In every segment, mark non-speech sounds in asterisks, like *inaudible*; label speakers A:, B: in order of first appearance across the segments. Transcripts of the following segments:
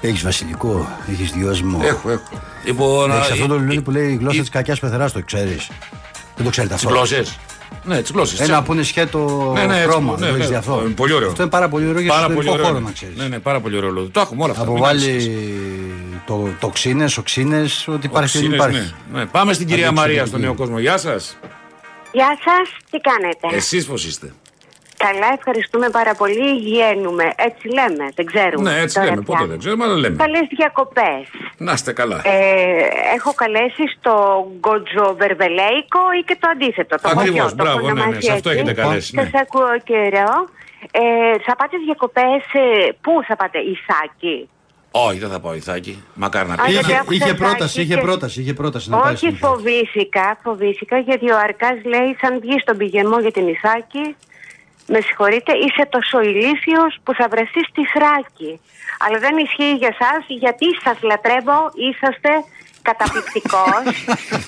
A: Έχεις βασιλικό, έχεις δυόσμο.
B: Έχω, έχω. Λοιπόν,
C: ε,
A: Έχει αυτό το λουλούδι που λέει η γλώσσα
B: η-
A: της κακιάς πεθεράς, το ξέρεις. Δεν το
B: Τι
A: ξέρετε αυτό.
B: γλώσσες. Ναι, τις γλώσσες.
C: Ένα που είναι σχέτο
B: Ναι, ναι, έτσι,
C: χρώμα,
B: ναι,
C: το
B: ναι,
C: έχεις δει αυτό.
B: ε, πολύ ωραίο.
C: Αυτό είναι πάρα πολύ ωραίο για
B: Πάρα πολύ
C: εσωτερικό
B: ωραίο.
C: χώρο
B: είναι.
C: να ξέρεις.
B: Ναι, ναι, πάρα πολύ ωραίο λόγο. Το έχουμε όλα αυτά. μην
C: Αποβάλει
B: ανησυχείς.
C: το, τοξίνες, οξίνες, ό,τι υπάρχει δεν
B: Οξύνες,
C: υπάρχει.
B: ναι, ναι. Πάμε στην κυρία
C: Αντίξω,
B: Μαρία
C: ναι.
B: στον νέο κόσμο. Γεια σας.
D: Γεια σας, τι κάνετε.
B: Εσείς πώς είστε.
D: Καλά, ευχαριστούμε πάρα πολύ. Γένουμε. Έτσι λέμε, δεν ξέρουμε.
B: Ναι, έτσι
D: τώρα
B: λέμε.
D: πια.
B: Πότε δεν ξέρουμε, αλλά λέμε.
D: Καλές διακοπές.
B: Να είστε καλά.
D: Ε, έχω καλέσει στο γκοτζοβερβελέικο ή και το αντίθετο. Το
B: Ακριβώς,
D: χωριό, το
B: μπράβο, ναι, ναι,
D: ονομάζει
B: σε αυτό
D: έτσι.
B: έχετε καλέσει, ναι.
D: Σας ακούω καιρό. Ε, θα πάτε διακοπές. πού θα πάτε, Ισάκη.
B: Όχι, δεν θα πάω, Ιθάκη. Μακάρι να
D: Άντε,
B: πει.
D: δεν
C: Είχε,
D: άκουσα
C: είχε
D: τα
C: πρόταση, είχε
D: και-
C: πρόταση, είχε πρόταση να πάει
D: Όχι,
C: στην Ιταλία.
D: φοβήθηκα, φοβήθηκα γιατί ο Αρκάς λέει σαν βγεις στον πηγεμό για την Ισάκη με συγχωρείτε, είσαι τόσο ηλίθιος που θα βρεθείς στη Θράκη. Αλλά δεν ισχύει για σας γιατί σας λατρεύω, είσαστε
B: *laughs*
D: καταπληκτικός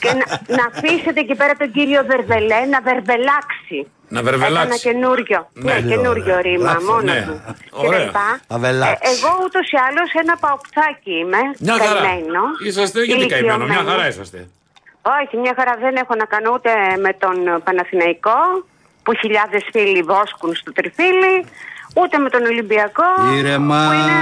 D: και να, να αφήσετε εκεί πέρα τον κύριο Βερβελέ να βερβελάξει.
B: Να βερβελάξει.
D: Έκανα καινούριο, ναι, καινούριο ρήμα
A: Μπράβο,
D: μόνο
B: ναι.
D: του.
B: Ωραία.
D: Και λοιπά. Ε,
A: Να βελάξεις.
D: εγώ ούτως ή άλλως ένα παοκτσάκι είμαι,
B: Μια χαρά.
D: καημένο,
B: Είσαστε γιατί καημένο. Μια
D: ηλικιωμένο.
B: χαρά είσαστε.
D: Όχι, μια χαρά δεν έχω να κάνω ούτε με τον Παναθηναϊκό που χιλιάδες φίλοι βόσκουν στο τριφύλι, ούτε με τον Ολυμπιακό
C: Ήρεμα.
D: που είναι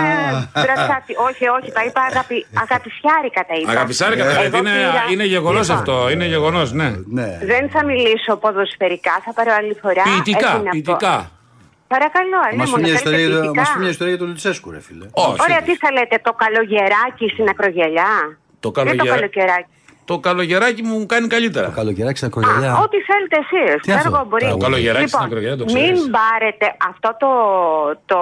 D: μπρατσάτι. όχι, όχι, τα είπα αγάπη, αγαπησιάρικα τα είπα.
B: Αγαπησάρικα,
D: Εγώ
B: γιατί δηλαδή είναι,
D: πήρα-
B: είναι γεγονός
D: Λοιπόν,
B: αυτό. Είναι γεγονός, ναι.
C: Ναι.
D: Δεν θα μιλήσω ποδοσφαιρικά, θα πάρω άλλη φορά. Έτσι να
B: Ποιητικά,
D: πω.
B: ποιητικά.
D: Παρακαλώ,
C: Μα
D: αλίμονο,
C: πει μια
D: θέλετε
C: ιστορία για-
D: ποιητικά.
C: μας πει μια ιστορία για τον Λουτσέσκου, ρε φίλε.
B: Όχι.
D: Ωραία, τι θα λέτε, το καλογεράκι στην ακρογελιά.
B: Το
D: Δεν το
B: καλογερα-
D: καλοκαιράκι.
B: Το καλογεράκι μου κάνει καλύτερα.
A: Καλοκαιράκι στα
D: Α,
A: κορελιά.
D: Ό,τι θέλετε εσείς.
A: Τι αυτό,
D: μπορεί. Λοιπόν,
A: τραγούδι.
B: Καλογεράκι στην ακρογελιά, το ξέρεις.
D: Μην πάρετε αυτό το, το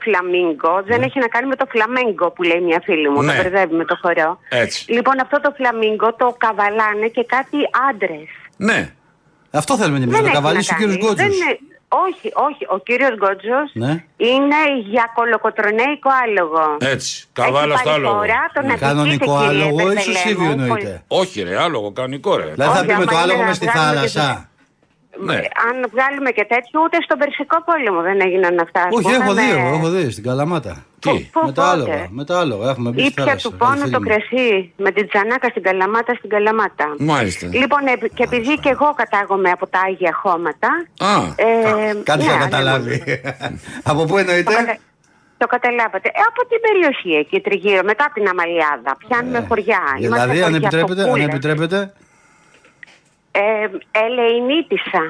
D: φλαμίγκο. Δεν έχει να κάνει με το φλαμέγκο που λέει μια φίλη μου.
B: Ναι.
D: Το μπερδεύει με το χορό.
B: Έτσι.
D: Λοιπόν, αυτό το φλαμίγκο το καβαλάνε και κάτι άντρες.
B: Ναι.
A: Αυτό θέλουμε εμείς
D: Δεν
A: να
D: έχει
A: καβαλήσει
D: να
A: ο
D: κάνει.
A: κύριο Γκότζο.
D: Δεν είναι- Όχι, όχι. Ο κύριος Γκότζος
A: Ναι.
D: είναι για κολοκοτρονέικο άλογο.
B: Έτσι. Ε, Καβάλα
D: Έχει
B: στο
D: πάρει
B: άλογο.
D: Φορά, τον
A: Ναι.
D: αδικείτε,
A: Κανονικό
D: κύριε
A: άλογο,
D: Μπερδελέ
A: ίσως
D: μου,
A: ήδη
D: πολύ-
A: εννοείται.
B: Όχι, ρε, άλογο, κανονικό, ρε.
A: Δηλαδή θα
D: Όχι,
A: πούμε
D: άμα
A: το
D: είναι
A: άλογο
D: να
A: μες στη
D: βγάλουμε και
A: θάλασσα.
B: Ναι.
D: Ε, Αν βγάλουμε και τέτοιο, ούτε στον Περσικό πόλεμο δεν έγιναν αυτά. ας
A: Όχι,
D: πούμε, ε.
A: έχω
D: με-
A: δύο, έχω δύο στην Καλαμάτα.
B: Τι.
D: Φο-
A: Με
D: φοβάται.
A: τα άλογα, με τα άλογα. Έχουμε μπει στη
D: Ήπια
A: θάλασσα.
D: του πόνου το
A: Φίλοι μου.
D: κρεσί με την τζανάκα στην καλαμάτα στην καλαμάτα.
B: Μάλιστα.
D: Λοιπόν, επ- και επειδή και εγώ κατάγομαι από τα Άγια Χώματα.
B: Α,
D: ε,
A: Κάτι
D: ναι,
A: θα
D: αλλά-
A: καταλάβει. Από πού
D: Το, κατα-
A: εννοείται.
D: το καταλάβατε. Ε, από την περιοχή εκεί τριγύρω, μετά την Αμαλιάδα. Πιάνουμε
A: Ναι.
D: χωριά. Είμαστε
A: Δηλαδή, αν
D: χωριά,
A: επιτρέπετε, αν
D: κοπούλες.
A: επιτρέπετε.
D: Ε, ελεηνίτησα.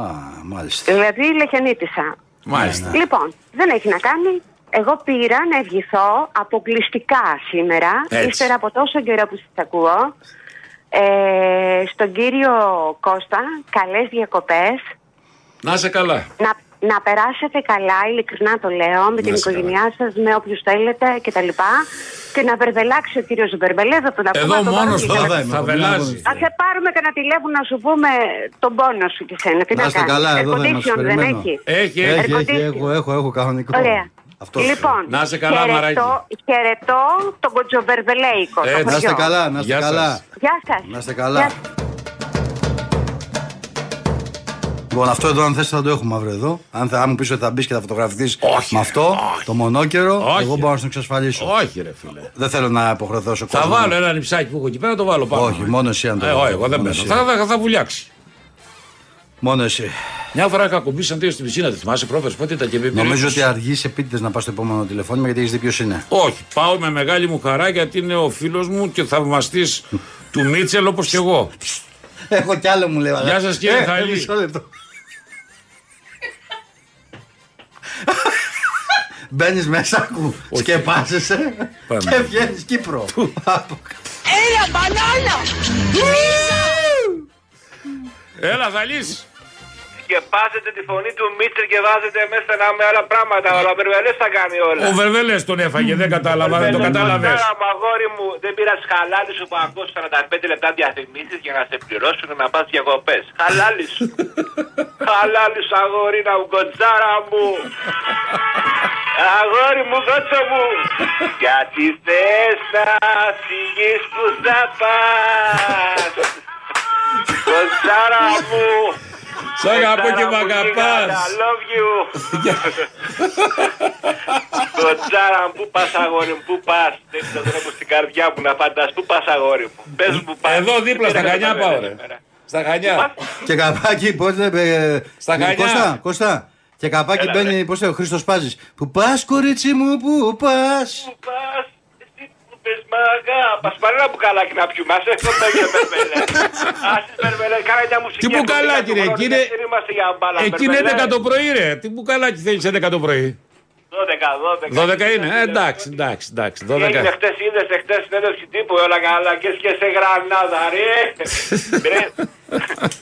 A: Α, μάλιστα.
D: Δηλαδή, λεχενίτησα.
B: μάλιστα.
D: Λοιπόν, δεν έχει να κάνει. Εγώ πήρα να ευχηθώ αποκλειστικά σήμερα,
B: Έτσι.
D: ύστερα από τόσο καιρό που σας ακούω, ε, στον κύριο Κώστα, καλές διακοπές,
B: Να είσαι καλά.
D: να, να περάσετε καλά, ειλικρινά το λέω, με την
B: είσαι
D: οικογένειά σας, με όποιους θέλετε κτλ. Και, τα λοιπά, και να βερβελάξει ο κύριος Μπερμπελέ, θα τον ακούμε.
B: Εδώ
D: τον
B: μόνο
D: Βασίλη.
A: τώρα.
B: θα,
A: Καλά,
B: θα
A: είμαι,
B: βελάζεις.
D: Θα σε πάρουμε κανένα τηλέφωνο να σου πούμε τον πόνο σου και σένα. Τι
A: Να
D: να,
A: είστε
D: κάνεις.
A: καλά, εδώ
D: Air
A: δεν μας
D: condition δεν
A: περιμένω.
D: έχει.
B: Έχει,
A: Έχει,
B: έχει.
A: έχει,
D: Ερκοντήθηκε.
A: έχω, έχω, έχω κανονικό.
D: Ωραία.
A: Αυτός
D: λοιπόν,
B: Να είσαι καλά,
D: χαιρετώ,
B: Μαράκη.
D: χαιρετώ τον Κοτσοβερβελέικο. το
B: Έτσι.
A: Να είστε
D: χωριό.
A: καλά, να είστε
B: Γεια σας.
A: καλά.
D: Γεια σας.
A: Να είστε καλά.
D: Γεια σας.
A: Λοιπόν, αυτό εδώ, αν θες θα το έχουμε αύριο εδώ. Αν, θα, αν μου πεις ότι θα μπεις και θα φωτογραφηθείς
B: Όχι,
A: με αυτό,
B: όχι.
A: το μονόκερο,
B: Όχι.
A: εγώ μπορώ να σου εξασφαλίσω.
B: Όχι, ρε φίλε.
A: Δεν θέλω να υποχρεωθώ ο
B: Θα
A: κόσμο.
B: βάλω ένα νυψάκι που έχω εκεί πέρα, το βάλω πάνω.
A: Όχι, μόνο εσύ αν το
B: Ε,
A: βάλω.
B: όχι, εγώ δεν
A: Μόνο
B: παίζω.
A: εσύ.
B: Θα, θα, θα βουλιάξει.
A: Μόνο εσύ.
B: Μια φορά κακομπήσαν δύο στην πισίνα, τη θυμάσαι πρόφερε πότε ήταν και μπήκε.
A: Νομίζω ότι αργείς επίτηδες να πας στο επόμενο τηλεφώνημα γιατί έχεις δει ποιος είναι.
B: Όχι, πάω με μεγάλη μου χαρά γιατί είναι ο φίλος μου και θαυμαστής του Μίτσελ όπως και εγώ.
A: Έχω κι άλλο μου λέει. αλλά-
B: Γεια σας, κύριε
A: Ε,
B: Θαήλη.
A: μισό λεπτό. Μπαίνεις μέσα, ακού, σκεπάζεσαι
B: Πάμε.
A: και βγαίνεις Κύπρο. Από-
B: Έλα, θα λύσει.
E: σκεπάζετε τη φωνή του Μίτσελ και βάζετε μέσα να με άλλα πράγματα. Αλλά ο Βερβελές τα κάνει όλα.
B: Ο Βερβελές τον έφαγε, δεν κατάλαβα, δεν το κατάλαβε.
E: Τώρα, μου, αγόρι μου, δεν πειράζει χαλάλι σου που ακούς 45 λεπτά διαφημίσεις για να σε πληρώσουν να πας διακοπές. Χαλάλι
B: *laughs*
E: σου. χαλάλι σου, αγόρινα μου, κοτσάρα μου. Αγόρι μου, κότσο μου. Γιατί θες να φύγεις που θα
B: *laughs*
E: πας. Κοτσάρα μου.
B: Σ' αγαπώ και μ' αγαπάς.
E: I love you. *laughs* Κοτσάρα μου, πού πας αγόρι μου, πού πας. Δεν ξέρω τρόπο στην καρδιά μου να φαντάς. Πού πας αγόρι μου. Πες μου που πας.
B: Εδώ δίπλα στα
E: Δεν
B: χανιά
E: καταλαβαίνω
B: πάω, ρε.
E: εμένα.
B: Στα χανιά.
C: Και καπάκι, πώς δεν. ε,
B: Στα Χανιά.
C: Κώστα, Κώστα. Και καπάκι
E: Έλα,
C: μπαίνει, πώ ο Χρήστος Πάζης. Που πας, κορίτσι μου, που πας.
E: Πού πας. Εσύ που πες μ' αγάπας. Πάρε ένα μπουκαλάκι να πιούμε. Ας έχουμε μπέλε μπερμπέλε. Ας μπερμπέλε. Κάνε μια μουσική.
B: Τι μπουκαλάκι, ρε,
E: Έχουμε
B: κύριε.
E: χρόνο, δεν είμαστε για μπάλα,
B: Εκεί είναι
E: μπερμπέλε.
B: 11 το πρωί, ρε. Τι μπουκαλάκι θέλεις 11 το πρωί.
E: 12,
B: 12 είναι. Ε, εντάξει, εντάξει, εντάξει. 12.
E: Έγινε χτες, είδες χτες συνέντευξη τύπου, όλα καλά και και σε γρανάδα,
C: *laughs*
E: ρε. Ρε,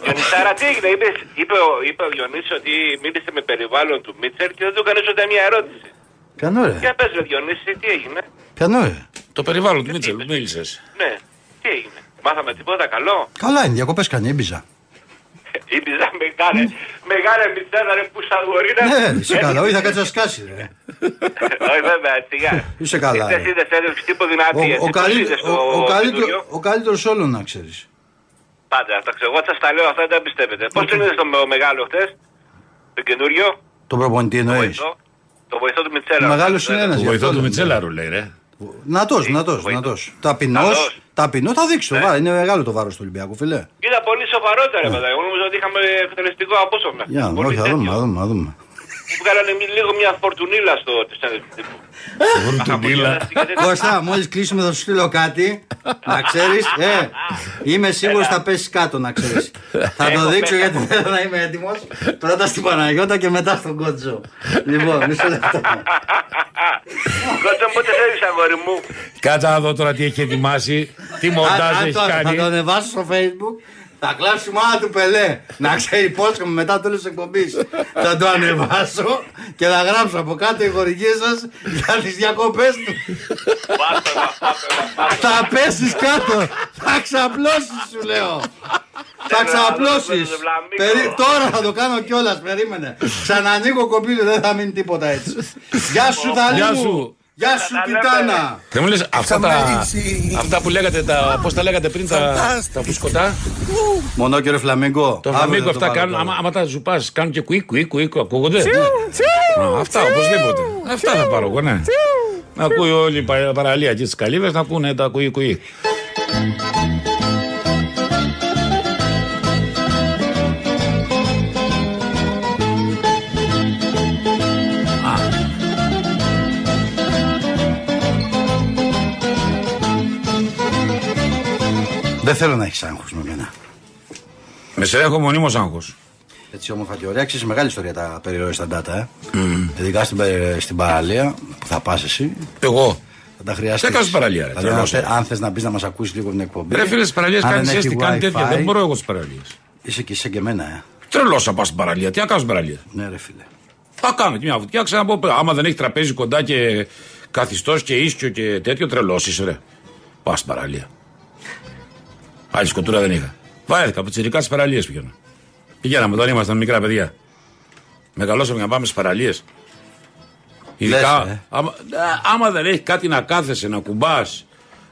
E: Διονυσάρα, τι έγινε, είπες, είπε, ο, είπε ο Διονύσης ότι μίλησε με περιβάλλον του Μίτσερ και δεν του έκανε ούτε μια ερώτηση.
C: Πιανό ρε.
E: Για πες, ρε, Διονύση, τι έγινε.
C: Πιανό ρε.
B: Το περιβάλλον του Μίτσελ, μίλησε.
E: Ναι, τι έγινε. Μάθαμε τίποτα καλό.
C: Καλά είναι, διακοπές κάνει, έμπιζα.
E: Η Μπιζά μεγάλε, μεγάλε Μπιζάρα, ρε, που σαγορίνα.
C: Ναι, ρε, είσαι καλά, όχι θα κάτσει να σκάσει. ρε.
E: Όχι, βέβαια, σιγά.
C: Είσαι καλά,
E: Χτες
C: ρε.
E: είδες συνέντευξη τύπου δυνατή.
C: Ο-
E: έτσι,
C: ο
E: τους
C: καλύ-
E: είδες
C: ο-
E: ε, στο
C: ο καλύτερο-
E: στούντιο.
C: Ο καλύτερος όλων να ξέρεις.
E: Πάντα, τα ξέρω. Εγώ σας τα λέω, αυτά δεν τα πιστεύετε. Πώς τον είδες το με- μεγάλο χτες, το καινούριο,
C: Τον προπονητή
E: το
C: εννοεί.
E: βοηθό, το βοηθό του Μιτσέλα.
C: Ναι. Μεγάλος είναι ένας.
B: Το
C: γι'
B: βοηθό
C: αυτό
B: του
C: λέμε.
B: Μιτσέλαρου λέει, ρε.
C: Νατός,
E: Ε,
C: νατός,
E: βοηθός.
C: νατός. Ταπεινός,
E: Νατός.
C: ταπεινό, θα δείξει το
E: Ε.
C: βάρο. Είναι μεγάλο το βάρος του Ολυμπιακού, φιλέ.
E: Ήταν πολύ σοβαρό τώρα, παιδά. Εγώ νομίζω ότι είχαμε εκτελεστικό απόσπασμα.
C: Για να δούμε,
E: Πολύ
C: όχι, θα
E: τέτοιο.
C: δούμε, θα δούμε, θα δούμε.
E: Μου βγάλανε μι- λίγο μια φορτουνίλα στο τύπου.
B: Φορτουνίλα.
C: Κώστα, μόλις κλείσουμε θα σου στείλω κάτι. Να ξέρεις, ε, είμαι σίγουρος θα πέσεις κάτω, να ξέρεις. θα το
E: Έχω
C: δείξω
E: πέσει.
C: γιατί θέλω να είμαι έτοιμος. Πρώτα στην Παναγιώτα και μετά στον Κότσο. λοιπόν, μισό λεπτό.
E: Κότσα μου, πότε θέλεις αγόρι μου.
B: Κάτσα να δω τώρα τι έχει ετοιμάσει, τι μοντάζ
C: Αν- αν
B: έχει
C: το- Θα το
B: κάνει.
C: ανεβάσω στο facebook. Θα κλάψει μάνα του πελέ. Να ξέρει πώς μετά το τέλο εκπομπής. θα το ανεβάσω και θα γράψω από κάτω οι χορηγίες σας για τις διακοπές του.
E: Πάστε να, πάστε να, πάστε να.
C: θα πέσεις κάτω. θα ξαπλώσεις, σου λέω. θα ξαπλώσει.
E: Δεν βλαμίγω.
C: Τώρα θα το κάνω κιόλας. Περίμενε. Ξανανοίγω κοπίλι, δεν θα μείνει τίποτα έτσι. Γεια σου,
B: Γεια
C: Δαλή. μου.
B: σου.
C: Γεια σου,
E: Τα λέμε.
C: Τιτάνα.
B: Δεν μου λες αυτά, τα, αυτά που λέγατε, τα, πώς τα λέγατε πριν, τα, τα φουσκωτά.
C: Μονόκερο Φλαμίγκο.
B: Το φαμίκο αυτά κάνουν, άμα, άμα τα ζουπάς, κάνουν και κουίκ, κουίκ, κουίκ, ακούγονται. Α, Αυτά οπωσδήποτε. Αυτά θα πάρω εγώ, ναι. Να ακούει όλη η πα- παραλία και τις καλύβες, να ακούνε τα κουίκ, κουίκ.
C: Δεν θέλω να έχεις άγχος με μένα.
B: Με σε έχω μονίμως άγχος.
C: Έτσι όμορφα και ωραία. Ξέρεις, μεγάλη ιστορία τα περιόριστα data. Ε. Ειδικά στην, περι- στην παραλία που θα πας εσύ.
B: Εγώ.
C: Θα τα χρειαστείς.
B: Δεν κάνω στην παραλία, ρε,
C: Δηλαδή, αν,
B: τρελός
C: θε,
B: είμαι.
C: αν θες να μπεις να μας ακούσεις λίγο την εκπομπή.
B: Ρε φίλε, τις παραλίες
C: αν δεν
B: κάνεις
C: έχει
B: ζέστη, κάνει τέτοια.
C: Wi-Fi,
B: Δεν μπορώ εγώ στις παραλίες.
C: Είσαι και, είσαι και εμένα, ε.
B: Τρελός να πας στην παραλία. Τι να κάνω στην παραλία.
C: Ναι, ρε φίλε.
B: Θα κάνω και μια βουτιά, ξαναπώ. πέρα. Άμα δεν έχει τραπέζι κοντά και καθιστός και ίσιο και τέτοιο, τρελός είσαι, ρε. Πας στην παραλία. Άλλη σκοτούρα δεν είχα. Βάρεθηκα από τσιρικά στις παραλίες πηγαίνω. Πηγαίναμε όταν ήμασταν μικρά παιδιά. Μεγαλώσαμε για να πάμε στις παραλίες. Ειδικά,
C: Λες, ε.
B: άμα, α, άμα δεν έχει κάτι να κάθεσαι, να κουμπάς,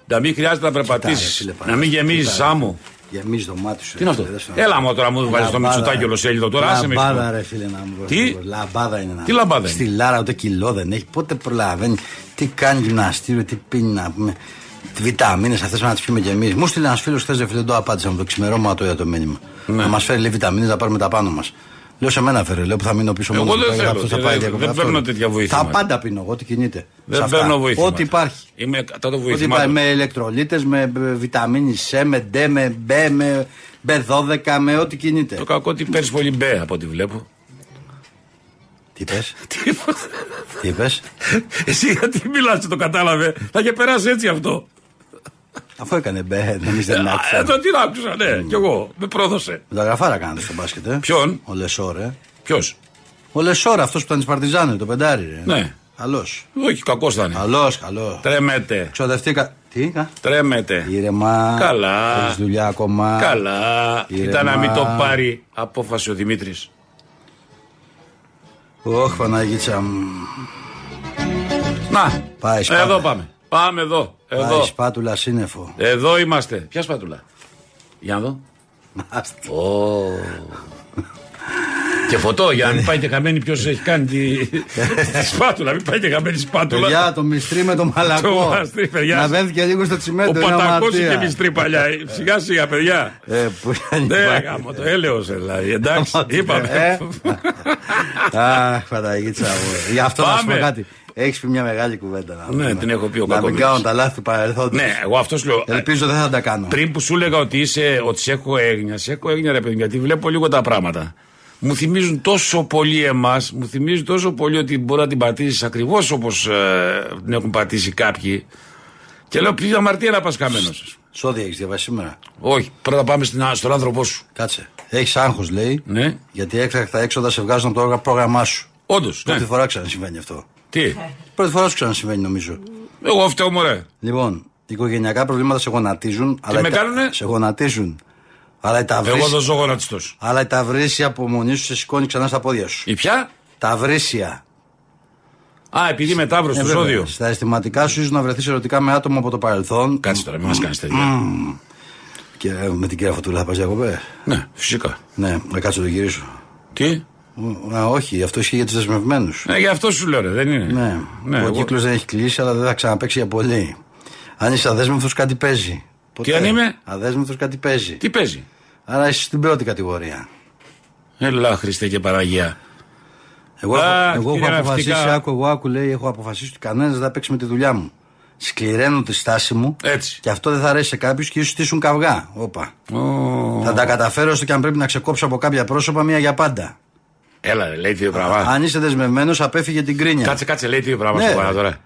B: να μην χρειάζεται να
C: ρε, φίλε,
B: περπατήσει,
C: πάρα,
B: να μην
C: κοίτα,
B: γεμίζει
C: ρε.
B: άμμο.
C: Γεμίζει το μάτι σου.
B: Τι είναι αυτό. Έλα μου τώρα, μου βάζει το Μητσοτάκι ολοσέλιδο τώρα. άσε με,
C: Λαμπάδα,
B: ήσυχο.
C: ρε φίλε, να μου
B: Τι?
C: πω. Λαμπάδα είναι να
B: Τι
C: μου.
B: λαμπάδα είναι?
C: Στη Λάρα ούτε κιλό δεν έχει. Πότε προλαβαίνει. Τι κάνει γυμναστήριο, τι πίνει να πούμε. Βιταμίνε αυτές να τις πιούμε κι εμείς. Μου στείλε ένας φίλος χθες, δεν το απάντησα μου το ξημερώμα το για το μήνυμα.
B: Ναι.
C: Να μας φέρει λέει βιταμίνες να πάρουμε τα πάνω μας. Λέω σε μένα φέρε, λέω που θα μείνω πίσω
B: Εγώ
C: μόνος
B: δεν
C: μου,
B: θέλω,
C: αυτός θα
B: δεν-
C: πάει
B: δεν-
C: διακοπή,
B: δεν
C: αυτό.
B: παίρνω τέτοια βοήθεια,
C: Τα
B: μάλλον.
C: πάντα πίνω εγώ, ό,τι κινείται. σε
B: Δεν
C: αυτά.
B: παίρνω βοήθεια.
C: Ό,τι υπάρχει.
B: Είμαι κατά το
C: Ότι
B: βοήθημα.
C: πάει με ηλεκτρολίτες, με βιταμίνη C, με D, με B, με B12, με ό,τι κινείται.
B: Το κακό ότι παίρνεις πολύ μπέ από ό,τι βλέπω.
C: Τι είπε, *laughs* τι είπε.
B: Εσύ γιατί μιλάς και το κατάλαβε. Θα είχε περάσει έτσι αυτό.
C: Αφού έκανε μπε, εμείς δεν
B: Ε,
C: άκουσα.
B: τον την άκουσα, ναι,
C: Mm.
B: κι εγώ. Με πρόδωσε.
C: Με τα γραφάρα κάνετε στο μπάσκετ, ε.
B: Ποιον?
C: Ο Λεσόρ, ε.
B: Ποιος.
C: Ο Λεσόρ, αυτός που ήταν της Παρτιζάνη, το πεντάρι. Ε.
B: Ναι.
C: Καλός.
B: Όχι, κακός θα είναι.
C: Καλός, καλός.
B: Τρέμεται.
C: Ξοδευτήκα. Τι, α?
B: Τρέμεται.
C: Ήρεμα.
B: Καλά.
C: Έχεις δουλειά ακόμα.
B: Καλά.
C: Ήρεμα.
B: Ήταν να μην το πάρει απόφαση ο Δημήτρης.
C: Ωχ, Παναγίτσα μου.
B: Να.
C: Πάει, σπάτα.
B: Εδώ πάμε. Πάμε εδώ. Εδώ.
C: Πάει σπάτουλα σύννεφο.
B: Εδώ είμαστε. Ποια σπατούλα. Για να δω.
C: Άστα.
B: Ω. και φωτό για να
C: Ναι.
B: μην πάει και χαμένη ποιος έχει κάνει
C: *laughs*
B: τη, τη σπάτουλα. Μην πάει και χαμένη σπάτουλα.
C: Παιδιά, το μυστρή με το
B: Το
C: μαλακό.
B: μαστρί, παιδιά.
C: Να βέθει και λίγο στο
B: Ο
C: τσιμέντο. είναι
B: Πατακός
C: αμαρτία.
B: είχε μυστρή παλιά. Σιγά σιγά, παιδιά.
C: Ε, που ήταν η
B: *laughs* Ναι,
C: Πα-
B: γάμο, το έλεος δηλαδή. Εντάξει,
C: Ε.
B: είπαμε.
C: Αχ, Παναγίτσα μου. Γι' αυτό να σου πω
B: Πάμε.
C: κάτι. Έχεις πει μια μεγάλη κουβέντα. να
B: Ναι,
C: πούμε.
B: την έχω πει
C: Να
B: ο
C: μην
B: Κακομοίρης.
C: κάνω τα λάθη του παρελθόντος.
B: *laughs* Ναι, εγώ αυτός λέω.
C: Ελπίζω δεν θα τα κάνω.
B: Πριν που σου έλεγα ότι είσαι, ότι σε έχω έγνοια, σε έχω έγνοια ρε παιδί, μου, γιατί βλέπω λίγο τα πράγματα. Μου θυμίζουν τόσο πολύ εμάς, μου θυμίζουν τόσο πολύ ότι μπορεί να την πατήσεις ακριβώς όπως ε, την έχουν πατήσει κάποιοι. Και λέω, ποια αμαρτία να πας καμένος.
C: Σόδια έχεις διαβάσει σήμερα.
B: Όχι, πρώτα πάμε στην, στον άνθρωπό σου.
C: Κάτσε. Έχεις άγχος, λέει.
B: Ναι,
C: Γιατί έκτακτα έξοδα σε βγάζουν από το πρόγραμμά σου.
B: όντως.
C: Πρώτη
B: Ναι.
C: φορά ξανασυμβαίνει αυτό.
B: Τι,
C: Πρώτη φορά σου ξανασυμβαίνει, νομίζω.
B: εγώ φταίω, μωρέ.
C: Λοιπόν, οικογενειακά προβλήματα σε γονατίζουν. Και
B: με κάνουνε?
C: Σε γονατίζουν. Αλλά η
B: Εγώ
C: ταυρίσια,
B: δεν ζω γονατιστό.
C: αλλά η ταυρίσια απομονή σου σε σηκώνει ξανά στα πόδια σου.
B: Η ποια?
C: Ταυρίσια.
B: Α,
C: Ε,
B: επειδή μετάβρο στο ζώδιο.
C: Στα αισθηματικά σου ίσως να βρεθείς ερωτικά με άτομα από το παρελθόν.
B: Κάτσε τώρα, μην μας κάνεις τέτοια.
C: Και ε, με την κυρία Φωτούλα θα πα διακοπέ.
B: Ναι, φυσικά.
C: Ναι, να κάτσω το γυρίσω.
B: Τι.
C: Μ, Α, όχι, αυτό ισχύει για τους δεσμευμένους.
B: Ναι, γι' αυτό σου λέω, ρε, δεν είναι.
C: Ναι, ο
B: εγώ-
C: κύκλος δεν έχει κλείσει, αλλά δεν θα ξαναπέξει για πολύ. Αν είσαι αδέσμευτος, κάτι παίζει. Ποτέ.
B: αν είμαι?
C: Αδέσμευτο, κάτι παίζει.
B: Τι παίζει.
C: Άρα είσαι στην πρώτη κατηγορία.
B: Ελά, Χριστέ και Παραγία.
C: Εγώ,
B: Α,
C: έχω- εγώ
B: κύριε
C: έχω αποφασίσει,
B: Ναυτικά.
C: άκου, εγώ άκου, λέει, έχω αποφασίσει ότι κανένας δεν θα παίξει με τη δουλειά μου. Σκληραίνω τη στάση μου
B: Έτσι.
C: και αυτό δεν θα αρέσει σε κάποιους και ίσως στήσουν καυγά. Όπα. Θα τα καταφέρω έστω και αν πρέπει να ξεκόψω από κάποια πρόσωπα μία για πάντα.
B: Έλα, ρε, λέει δύο πράγματα.
C: Αν είσαι δεσμευμένος, απέφυγε την κρίνια.
B: Κάτσε, κάτσε, λέει δύο πράγματα
C: Ναι,
B: στο παρά
C: ρε.
B: τώρα.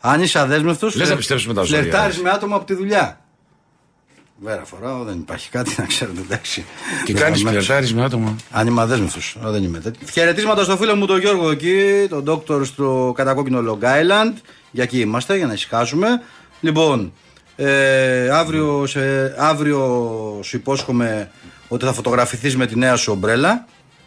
C: Αν είσαι αδέσμευτος,
B: Λες να πιστέψουμε τα ζώδια,
C: Φλερτάρει
B: λες.
C: με άτομα από τη δουλειά. Βέρα φοράω, δεν υπάρχει κάτι να ξέρετε, εντάξει.
B: Τι κάνει,
C: Δεσμευμένος.
B: πιερτάρι με άτομα.
C: Αν είμαι αδέσμευτο, δεν είμαι τέτοιο. Χαιρετίσματα στο φίλο μου τον Γιώργο εκεί, τον ντόκτορ στο κατακόκκινο Long Island. Για εκεί είμαστε, για να ησυχάσουμε. Λοιπόν, ε, αύριο, σε, αύριο σου υπόσχομαι ότι θα φωτογραφηθείς με τη νέα σου ομπρέλα.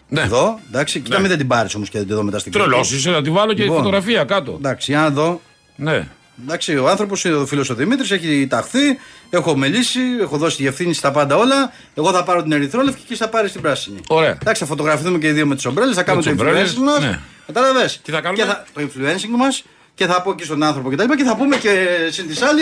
B: Ναι.
C: Εδώ, εντάξει. Κοίτα,
B: Ναι.
C: μην δεν την πάρεις όμως και δεν τη δω μετά στην
B: Τρελός
C: κριτική.
B: είσαι, να τη βάλω και
C: Λοιπόν.
B: φωτογραφία κάτω.
C: Εντάξει, για να δω.
B: Ναι.
C: Εντάξει, ο άνθρωπος είναι ο φίλος ο Δημήτρης, έχει ταχθεί, έχω μιλήσει, έχω δώσει ευθύνη στα πάντα όλα. Εγώ θα πάρω την ερυθρόλευκη και εσύ θα πάρει την πράσινη.
B: Ωραία.
C: Εντάξει, θα φωτογραφηθούμε και οι δύο με τις ομπρέλες, θα κάνουμε το
B: τις ομπρέλες,
C: influencing μας.
B: ναι.
C: Κατάλαβες.
B: Τι θα κάνουμε?
C: το influencing μας και θα πω και στον άνθρωπο κτλ. Και θα πούμε και συν της άλλης.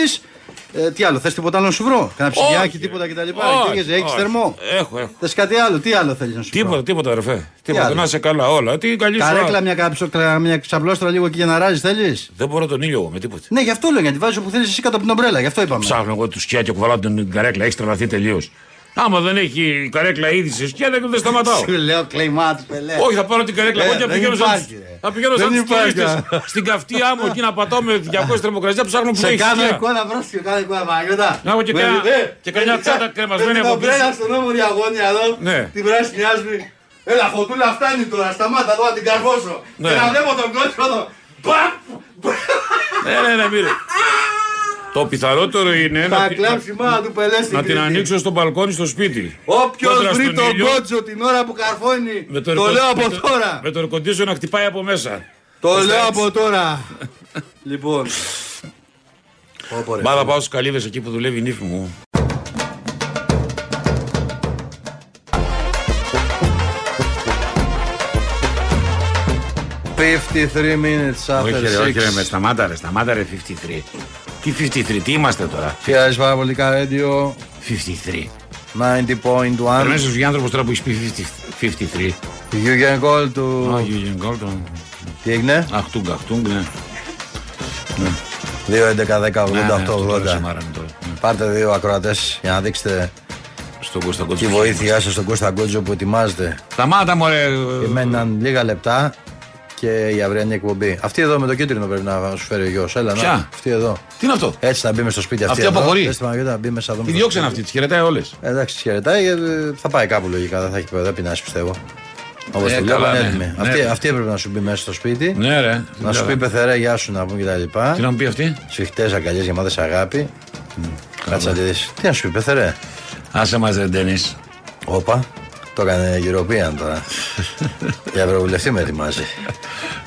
C: Ε, τι άλλο, θες τίποτα άλλο να σου βρω. Κανένα ψυγιάκι,
B: Όχι.
C: τίποτα κτλ.
B: Όχι,
C: Έχεις
B: όχι.
C: θερμό.
B: Έχω, έχω.
C: Θες κάτι άλλο, τι άλλο θέλεις να σου
B: Τίποτα,
C: βρω.
B: τίποτα, ρεφέ. Τίποτα,
C: άλλο?
B: να είσαι καλά όλα. Τι καλή σου.
C: Καρέκλα,
B: ώρα.
C: μια, καψο- μια ξαπλώστρα λίγο εκεί για να ράζεις, θέλεις.
B: Δεν μπορώ τον ήλιο εγώ με τίποτα.
C: Ναι, γι' αυτό λέω, γιατί βάζεις όπου θέλεις εσύ κάτω από την ομπρέλα, γι' αυτό είπαμε.
B: Ψάχνω εγώ του σκιά και κουβαλάω την καρέκλα. Έχεις τρελαθεί τελείως. Άμα δεν έχει η καρέκλα ήδη σε σκιά, δεν δεν
C: *laughs*
B: σταματάω.
C: Σου λέω κλειμά του πελέ.
B: Όχι, θα πάρω την καρέκλα.
C: Ε,
B: Εγώ και
C: δεν
B: πηγαίνω σαν,
C: υπάρχει, ρε.
B: θα πηγαίνω σαν
C: Δεν
B: τους
C: υπάρχει,
B: τουρίστες
C: α.
B: στην καυτή άμμο εκεί να πατάω με 200 θερμοκρασία ψάχνω που
C: Σε
B: έχει
C: κάνω
B: σκιά.
C: εικόνα βρόσκιο, κάνω εικόνα Μαριώτα.
B: Να έχω και
C: Με
B: κανένα-
C: την- ε,
B: και κανένα
C: με την-
B: τσάντα κρεμασμένη
C: με την
B: από
C: ομπρέλα
B: πίσω.
C: στον όμορφη αγώνια εδώ,
B: Ναι.
C: την πράσινη άσπρη. Έλα, φωτούλα, φτάνει τώρα, σταμάτα εδώ να την καρφώσω.
B: Ναι.
C: Και να βλέπω τον κόσμο εδώ. Μπαμ!
B: Ναι, ναι, ναι, μύρε. Το πιθανότερο είναι να,
C: Θα
B: την-
C: κλάψει η μάνα του πελέ στην
B: να την
C: Κρήτη.
B: ανοίξω στο μπαλκόνι στο σπίτι.
C: Όποιος
B: Κόντρα
C: βρει
B: στον
C: τον
B: ήλιο,
C: κότσο την ώρα που καρφώνει,
B: με
C: το
B: air con-
C: λέω
B: με
C: από
B: το-
C: τώρα.
B: Με το ρεκοντήσιο να χτυπάει από μέσα.
C: Το λέω από τώρα. Λοιπόν. Όπο, ρε.
B: Μπα θα πάω στου καλύβε εκεί που δουλεύει η νύφη μου.
C: Fifty-three minutes after
B: Όχι, ρε, όχι, ρε,
C: six.
B: με σταμάτα, ρε, σταμάτα, ρε, 53. Τι 53, τι είμαστε τώρα.
C: Χαίρεσαι πάρα πολύ, Radio
B: 53.
C: 90.1.
B: Εμένα ο άνθρωπος τώρα που έχεις πει 50 53.
C: You can call to.
B: Όχι, Γιούγεν Γκόλτον.
C: Τι έγινε?
B: Αχτούγκ, αχτούγκ, ναι.
C: 2.11.10.88.80. Πάρτε δύο ακροατές για να δείξετε
B: Στον Κώστα
C: τη βοήθειά σας στον Κώστα Γκότζο που ετοιμάζεται.
B: Ε. Σταμάτα, μωρέ.
C: Εμέναν λίγα λεπτά.
A: και η αυριανή εκπομπή. Αυτή εδώ με το κίτρινο πρέπει να σου φέρει ο γιος. Έλα,
B: Ποια?
A: να. Αυτή εδώ.
B: Τι είναι αυτό.
A: Έτσι θα μπει μες στο σπίτι αυτή.
B: Αυτή
A: εδώ.
B: αποχωρεί.
A: Έτσι, Παναγιώτα, να μπει μέσα εδώ. με
B: Τη
A: το
B: διώξαν
A: σπίτι.
B: αυτή, τι χαιρετάει όλες.
A: Εντάξει, χαιρετάει. ε, Θα πάει κάπου λογικά. Δεν θα έχει δεν πεινάσει πιστεύω. Όπως
B: Ε, καλά,
A: το βλέπω, είναι
B: ναι.
A: έτοιμη.
B: Ναι.
A: Αυτή, αυτή έπρεπε να σου μπει μέσα στο σπίτι.
B: Ναι, ρε.
A: Να σου πει πεθερά, γεια σου να πούμε κτλ.
B: Τι να μου πει αυτή.
A: Σφιχτές αγκαλιές γεμάτες αγάπη. Κάτσε να τη δεις. Τι να σου πει, πεθερέ.
B: Άσε μας, ρε Ντένις.
A: Όπα, το έκανε European
B: *laughs*
A: τώρα. Για ευρωβουλευτή με ετοιμάζει.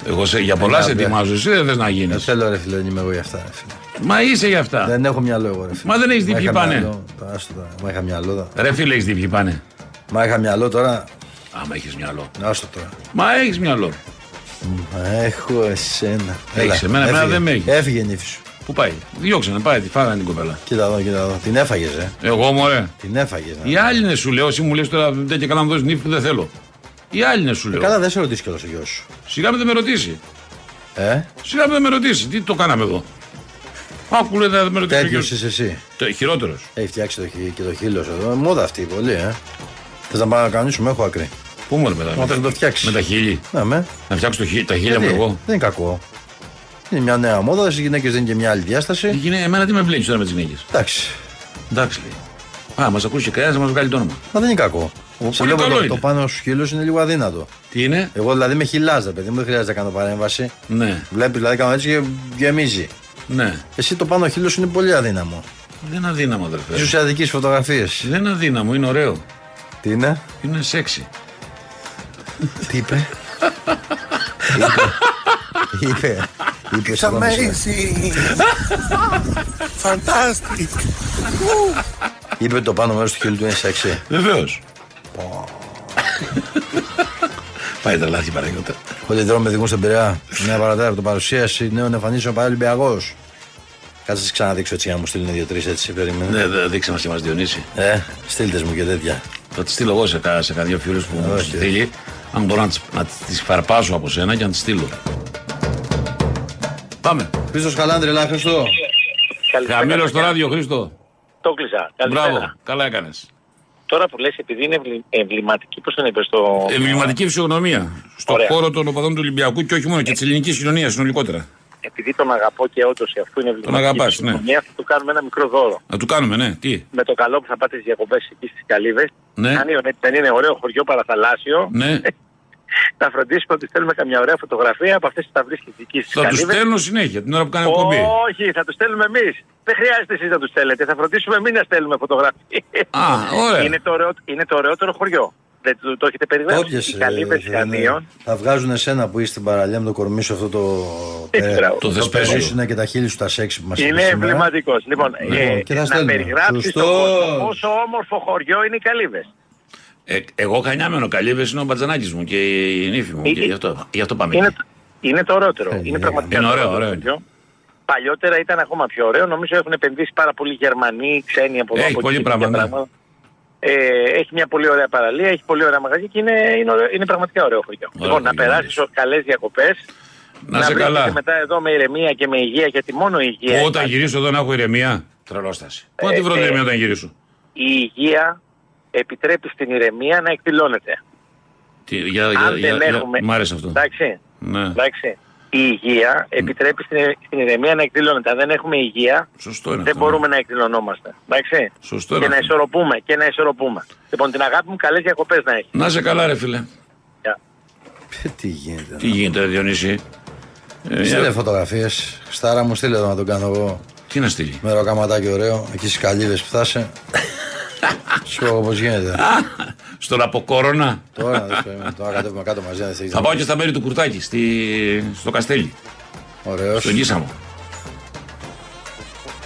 B: Εγώ σε, για πολλά σε
A: Αγάπη.
B: ετοιμάζω. Εσύ δεν θες να γίνεις.
A: Δεν θέλω ρε φίλε, δεν είμαι εγώ για αυτά. Ρε, φίλε.
B: Μα είσαι για αυτά.
A: Δεν έχω μυαλό εγώ ρε φίλε.
B: Μα δεν έχεις δει ποιοι
A: είχα
B: πάνε.
A: μυαλό, τα άστο τα. Μα είχα μυαλό τώρα.
B: Ρε φίλε, έχεις δει ποιοι πάνε.
A: Μα είχα μυαλό τώρα.
B: Άμα έχεις μυαλό.
A: Άστο τώρα.
B: Μα έχεις μυαλό.
A: Μα έχω εσένα.
B: Έχεις εμένα, εμένα
A: έφυγε.
B: δεν με έχεις.
A: Έφυγε η νύφη σου.
B: Πού πάει. Διώξανε, πάει, τη φάγανε την κοπέλα.
A: Κοίτα εδώ, κοίτα εδώ. Την έφαγες, ρε.
B: Εγώ μου, ρε.
A: Την ε. έφαγε.
B: Οι άλλοι είναι σου λέω, εσύ μου λες τώρα δεν και καλά μου δώσεις νύφη που δεν θέλω. Οι άλλοι είναι σου λέω.
A: Καλά, δεν σε ρωτήσει κιόλας ο γιος σου.
B: Σιγά με δεν με ρωτήσει.
A: Ε,
B: Σιγά με δεν με ρωτήσει. Τι το κάναμε εδώ. Άκου λέει να με ρωτήσει. ο
A: τέτοιος
B: γιος.
A: είσαι εσύ.
B: Το χειρότερος.
A: Έχει φτιάξει το, χι- και το χείλος εδώ. Μόδα αυτή πολύ, ε. Θες να πάμε να κανονίσουμε, έχω άκρη.
B: Πού μου μετά.
A: Μα θα το φτιάξεις.
B: Με τα χείλη.
A: Ναι, με.
B: Να φτιάξω το χείλη, τα χείλια μου
A: Γιατί?
B: εγώ.
A: Δεν είναι κακό. Είναι μια νέα μόδα, στις γυναίκες δίνει και μια άλλη
B: Η
A: διάσταση.
B: γυναίκα- Εμένα τι με μπλέκει τώρα με τις γυναίκες.
A: Εντάξει.
B: Εντάξει λέει. Α, μας ακούσει κανένας να μας βγάλει το όνομα.
A: Μα δεν είναι κακό. Εγώ
B: πολύ
A: βλέπω
B: καλό
A: το,
B: είναι.
A: το πάνω σου χείλο είναι λίγο αδύνατο.
B: Τι είναι.
A: Εγώ δηλαδή με χιλάζα, παιδί μου, δεν χρειάζεται να κάνω παρέμβαση.
B: Ναι,
A: Βλέπεις δηλαδή κάνω έτσι και γεμίζει.
B: ναι.
A: Εσύ το πάνω χείλος σου είναι πολύ αδύναμο.
B: Δεν είναι αδύναμο, αδερφέ.
A: Ίσως σε αδικεί φωτογραφίες.
B: Δεν είναι αδύναμο, είναι ωραίο.
A: Τι είναι,
B: Είναι σεξι.
A: τι είπε. είπε. Είπε. Είπε.
F: It's
A: στον δρόμο σου.
F: amazing. Fantastic.
A: Είπε ότι το πάνω μέρος του χείλου του είναι σεξι.
B: Βεβαίω. *laughs* Πάει τρελάθη παραγγελματά.
A: Όλοι οι δρόμοι οδηγούν στην Πειραιά. Μια παρατέρα από το παρουσίαση νέων εμφανίσεων πάει Ολυμπιακό. Κάτσε να σας ξαναδείξω έτσι για να μου στείλουν δύο-τρει έτσι. Περίμενε.
B: Ναι, δε- δείξε μας και μας Διονύση.
A: Ε, στείλτες μου και τέτοια.
B: Θα τη στείλω εγώ σε, κα, σε κανένα φίλους που μου
A: Όχι.
B: στείλει. Αν μπορώ να τις, να τις φαρπάσω από σένα και να τις στείλω. Πάμε.
A: Πίσω Χαλάνδρη, ελά Χριστό.
B: Χαμήλω στο ράδιο, Χρήστο.
G: Το κλείσα. Καλησπέρα.
B: Μπράβο, καλά έκανες.
G: Τώρα που λες, επειδή είναι εμβλη- εμβληματική, πώς τον είπες το...
B: Εμβληματική φυσιογνωμία στον
G: Ωραία. Ε.
B: χώρο των οπαδών του Ολυμπιακού και όχι μόνο και της ελληνικής κοινωνίας συνολικότερα.
G: Επειδή τον αγαπώ και όντως και αφού είναι εμβληματική
B: αγαπάς, ναι.
G: φυσιογνωμία, θα του κάνουμε ένα μικρό δώρο.
B: Να του κάνουμε, ναι. Τι.
G: Με το καλό που θα πάτε στις διακοπές εκεί στις Καλύβες.
B: Ναι.
G: Αν είναι, δεν είναι ωραίο χωριό παραθαλάσσιο,
B: Ναι.
G: θα φροντίσουμε ότι στέλνουμε καμιά ωραία φωτογραφία από αυτές που τα βρίσκεις εκεί στις
B: Θα τους
G: Καλύβες.
B: στέλνω συνέχεια την ώρα που κάνω εκπομπή.
G: Όχι, θα τους στέλνουμε εμείς. Δεν χρειάζεται εσείς να τους στέλνετε. Θα φροντίσουμε εμείς να στέλνουμε φωτογραφίες.
B: Α, ωραία.
G: Είναι το, ωραίο, είναι το ωραιότερο χωριό. Δεν το, το έχετε
A: Όποιε
G: περιγράψει. Οι Καλύβες Χανίων.
A: ε, Θα βγάζουν εσένα που είσαι στην παραλία με το κορμί σου αυτό το.
G: Τι μπράβο.
B: Το δεσπέζιο.
A: είναι και τα χείλη σου τα σεξι που μας
G: Είναι εμβληματικός. Λοιπόν, ε,
A: και θα
G: να
A: στέλνουμε.
G: περιγράψεις
A: Σωστός.
G: τον κόσμο πόσο όμορφο χωριό είναι οι Καλύβες.
B: Ε, εγώ χανιάμενο καλύβε είναι ο μπατζανάκης μου και η νύφη μου.
G: Ε,
B: Και γι' αυτό, γι αυτό πάμε.
G: Είναι,
B: εκεί.
G: είναι το ωραιότερο.
A: Ε,
G: είναι πραγματικά
B: Ναι. είναι
G: το
B: ωραίο,
G: ωραιότερο
B: ωραίο.
G: χωριό. Παλιότερα ήταν ακόμα πιο ωραίο. Νομίζω έχουν επενδύσει πάρα πολλοί Γερμανοί, ξένοι από εδώ.
B: Έχει
G: από εκεί
B: πολύ
G: και
B: πράγμα,
G: τέτοια
B: ναι.
G: πράγματα. Ε, έχει μια πολύ ωραία παραλία, έχει πολύ ωραία μαγαζιά και είναι, είναι, ωραίο- είναι πραγματικά ωραίο χωριό.
B: Ωραίο
G: λοιπόν, να
B: χωριό, ναι.
G: περάσει καλές διακοπές.
B: να σε καλά.
G: μετά εδώ με ηρεμία και με υγεία, γιατί μόνο η υγεία.
B: Όταν
G: υπάρχει.
B: γυρίσω εδώ να έχω ηρεμία. Τρελόσταση. Πού να
G: Ε,
B: τη βρω
G: ε,
B: ηρεμία όταν γυρίσω.
G: Η υγεία επιτρέπει στην ηρεμία να εκδηλώνεται.
B: Τι, για, για,
G: αν
B: για,
G: δεν
B: για-
G: έχουμε.
B: μ' άρεσε αυτό.
G: Εντάξει.
B: Ναι.
G: εντάξει. Η υγεία επιτρέπει στην, ε- στην ηρεμία να εκδηλώνεται. Αν δεν έχουμε υγεία,
B: Σωστό είναι
G: δεν
B: αυτό. ναι.
G: μπορούμε να εκδηλωνόμαστε. Εντάξει.
B: Σωστό
G: και
B: είναι
G: να
B: αυτό.
G: ισορροπούμε. Και να ισορροπούμε. Λοιπόν, την αγάπη μου, καλές διακοπές να έχεις.
B: Να σε καλά, ρε φίλε.
G: Γεια.
A: Ε, Τι γίνεται.
B: Τι γίνεται, ρε Διονύση. Ε,
A: Στείλε
B: μια-
A: φωτογραφίες. Στάρα μου, στείλε εδώ να τον κάνω εγώ.
B: Τι να στείλει.
A: Με ροκαματάκι ωραίο. Εκεί στις καλύβες που θα
B: *laughs*
A: είσαι. Σου πω πώς γίνεται.
B: Στον αποκόρονα.
A: Τώρα δεν σου Τώρα κατέβουμε κάτω μαζί. Δεν θέλεις.
B: Θα πάω και στα μέρη του Κουρτάκη, στη... στο Καστέλι,
A: Ωραίος.
B: στον Κίσαμο.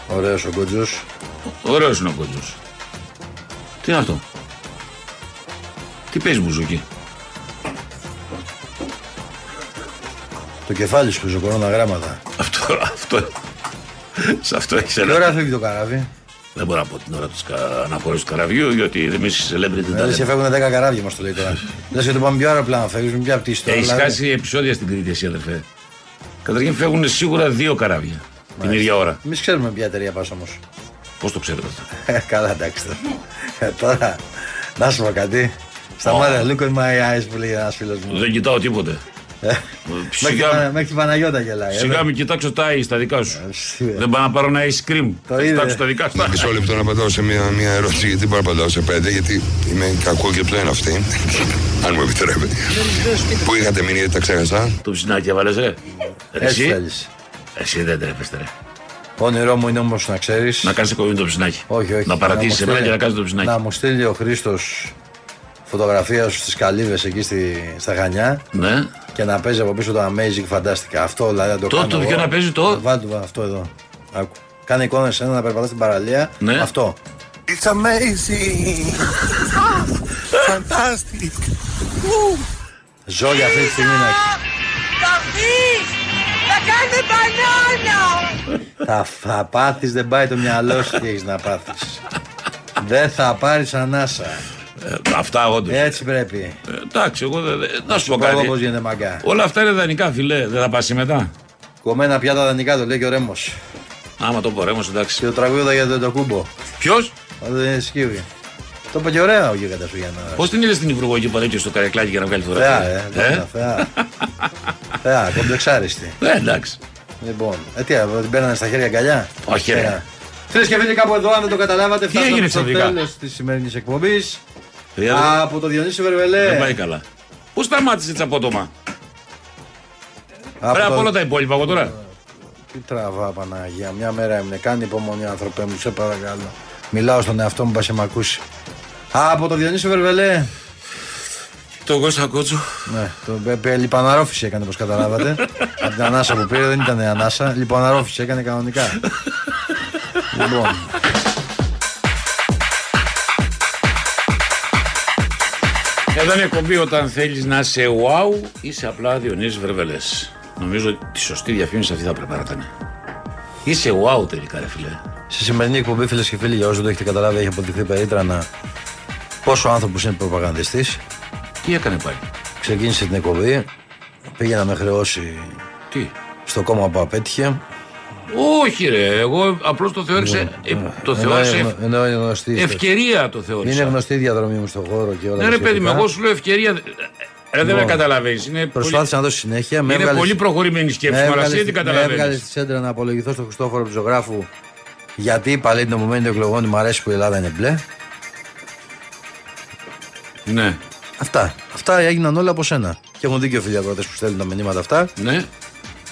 A: Ωραίο ο κοντζό.
B: Ωραίος είναι ο Κοντζός. Τι είναι αυτό. Τι παίζει μπουζούκι.
A: Το κεφάλι σου ζωκορώνα γράμματα.
B: Αυτό, αυτό. Σε αυτό έχει
A: Τι
B: ελεύθερο.
A: ώρα φεύγει το καράβι.
B: Δεν μπορώ να πω την ώρα της αναφοράς του καραβιού, γιατί εμείς οι celebrity δεν τα
A: Δηλαδή σε
B: λέμε.
A: φεύγουν 10 καράβια μας το λέει
B: *laughs*
A: τώρα. Λες και το πάμε πιο αεροπλάνο. Φεύγουν πια πτήση τώρα.
B: Έχει
A: δηλαδή.
B: χάσει επεισόδια στην Κρήτη, εσύ αδερφέ. Καταρχήν φεύγουν σίγουρα δύο καράβια την ίδια ώρα.
A: Εμείς ξέρουμε ποια εταιρεία πας όμως.
B: Πώς το ξέρετε αυτό.
A: Καλά, εντάξει. τώρα. Ε, Τώρα, να σου πω κάτι. Σταμάτα, look in my eyes που λέει ένας φίλος μου. Ε,
B: Δεν κοιτάω τίποτε.
A: Μέχρι
B: Σιγά,
A: την-
B: με-
A: Μέχρι την Παναγιώτα γελάει. ε.
B: σιγά μην κοιτάξω τα ice, τα δικά σου.
A: σιγά.
B: Δεν πάω να πάρω ένα ice cream. Θα
A: είδε. Ε.
B: κοιτάξω τα δικά σου.
H: Να μισό λεπτό να απαντάω σε μια, μια ερώτηση, γιατί μπορώ να απαντάω σε πέντε, γιατί είμαι κακό και πλέον αυτή. Αν μου επιτρέπετε. Πού είχατε μείνει, γιατί τα ξέχασα.
B: Το ψινάκι έβαλες, ρε.
A: Έτσι
B: Εσύ,
A: θέλεις.
B: εσύ δεν τρέπεστε, ρε.
A: Όνειρό μου είναι όμως να ξέρεις.
B: Να κάνεις κομμένο το ψινάκι.
A: Όχι, όχι.
B: Να παρατήσεις
A: μου
B: εμένα και
A: στείλει-
B: να κάνεις το
A: Να
B: ψινάκι.
A: μου στείλει ο Χρήστος φωτογραφίας σου στις καλύβες εκεί στη, στα Χανιά
B: Ναι.
A: και να παίζει από πίσω το Amazing Fantastic. Αυτό δηλαδή να το
B: Το-
A: κάνω.
B: το
A: εγώ.
B: ποιο να παίζει, το?
A: Βάλτε το αυτό εδώ. Άκου. Κάνε εικόνα σε ένα να περπατάς στην παραλία.
B: Ναι.
A: Αυτό.
I: It's amazing. Fantastic.
A: Ζω για αυτή τη στιγμή να
J: Θα κάνουμε μπανάνα!
A: θα, θα πάθεις, δεν πάει το μυαλό σου τι έχεις να πάθεις. δεν θα πάρεις ανάσα.
B: Ε, Αυτά όντως.
A: Έτσι πρέπει.
B: Εντάξει, εγώ δεν. δεν- Να σου πω
A: Πρόγω πώ
B: κάτι.
A: γίνεται μαγκά.
B: Όλα αυτά είναι δανεικά, φιλέ. Δεν θα πας μετά.
A: Κομμένα πιάτα δανεικά το λέει και ο Ρέμος.
B: Άμα το πορεύω,
A: Και
B: εντάξει.
A: το τραγούδα για το κούμπο.
B: Ποιος,
A: Δεν είναι σκύβι. Το είπε και ωραία ο Γίγαντα σου για να.
B: πώς την είδες στην Υπουργό εκεί πάνω και στο καρεκλάκι για να βγάλει
A: Θεά,
B: φωτογραφία.
A: ε. Δόνα, Θεά. Θεά, κομπλεξάριστη.
B: Ε, εντάξει.
A: Λοιπόν, ε, τι, ε, την παίρνανε στα χέρια αγκαλιά.
B: Όχι, ρε.
A: Φίλε και φίλοι, κάπου εδώ, αν δεν το καταλάβατε,
B: έγινε
A: φτάσαμε στο
B: ξαφνικά?
A: τέλος της σημερινής εκπομπής.
B: Παιδιά, Ε, δεν-
A: Από το Διονύση Βερβελέ.
B: Δεν πάει καλά. Πού σταμάτησε έτσι απότομα.
A: ε. Από
B: Πέρα από
A: το-
B: όλα τα υπόλοιπα από τώρα.
A: Τι τραβά, Παναγία. Μια μέρα ήμουν. Κάνει υπομονή, άνθρωπε μου, σε παρακαλώ. Μιλάω στον εαυτό μου, πας σε μ' ακούσει. Από το Διονύση Βερβελέ.
B: Το Κώστα Κότσο.
A: Ναι, το, ε, ε, λιπαναρόφηση έκανε όπως καταλάβατε.
B: *laughs*
A: Από την ανάσα που πήρε δεν ήταν ανάσα. Λιπαναρόφηση έκανε κανονικά. λοιπόν.
B: Εδώ είναι εκπομπή όταν θέλεις να είσαι wow, είσαι απλά Διονύσης Βερβελέ. Νομίζω ότι τη σωστή διαφήμιση αυτή θα πρέπει να ήταν. Είσαι wow τελικά, ρε φιλέ.
A: Στη σημερινή εκπομπή, φίλες και φίλοι, για όσους δεν το έχετε καταλάβει, έχει αποδειχθεί περίτρανα πόσο άνθρωπος είναι προπαγανδιστής.
B: Τι έκανε πάλι.
A: Ξεκίνησε την εκπομπή, πήγε να με χρεώσει
B: Τι.
A: στο κόμμα που απέτυχε.
B: Όχι, ρε. Εγώ απλώς το θεώρησα.
A: Ναι.
B: ε, το
A: Ενώ-
B: θεώρησα.
A: ενώ-
B: ευ-
A: Ενώ είναι γνωστή.
B: Ευκαιρία το θεώρησα.
A: Είναι γνωστή η διαδρομή μου στον χώρο και όλα
B: Ναι,
A: τα
B: ρε παιδί μου,
A: σχετικά. Λοιπόν,
B: εγώ σου λέω ευκαιρία. Ρε, δεν με καταλαβαίνεις. Είναι, πολύ,
A: Προσπάθησα να δώσω συνέχεια. με
B: είναι
A: έβγαλε-
B: πολύ προχωρημένη η σκέψη
A: Με
B: μου, αλλά
A: έβγαλες
B: εσύ
A: στη-
B: δεν
A: Με έβγαλες
B: καταλαβαίνει.
A: στη σέντρα να απολογηθώ στον Χριστόφορο του ζωγράφου γιατί η παλέτη των επομένων εκλογών μου αρέσει που η Ελλάδα είναι μπλε.
B: Ναι,
A: Αυτά. Αυτά έγιναν όλα από σένα. Και έχουν δίκιο φίλοι ακροτέ που στέλνουν τα μηνύματα αυτά
B: ναι,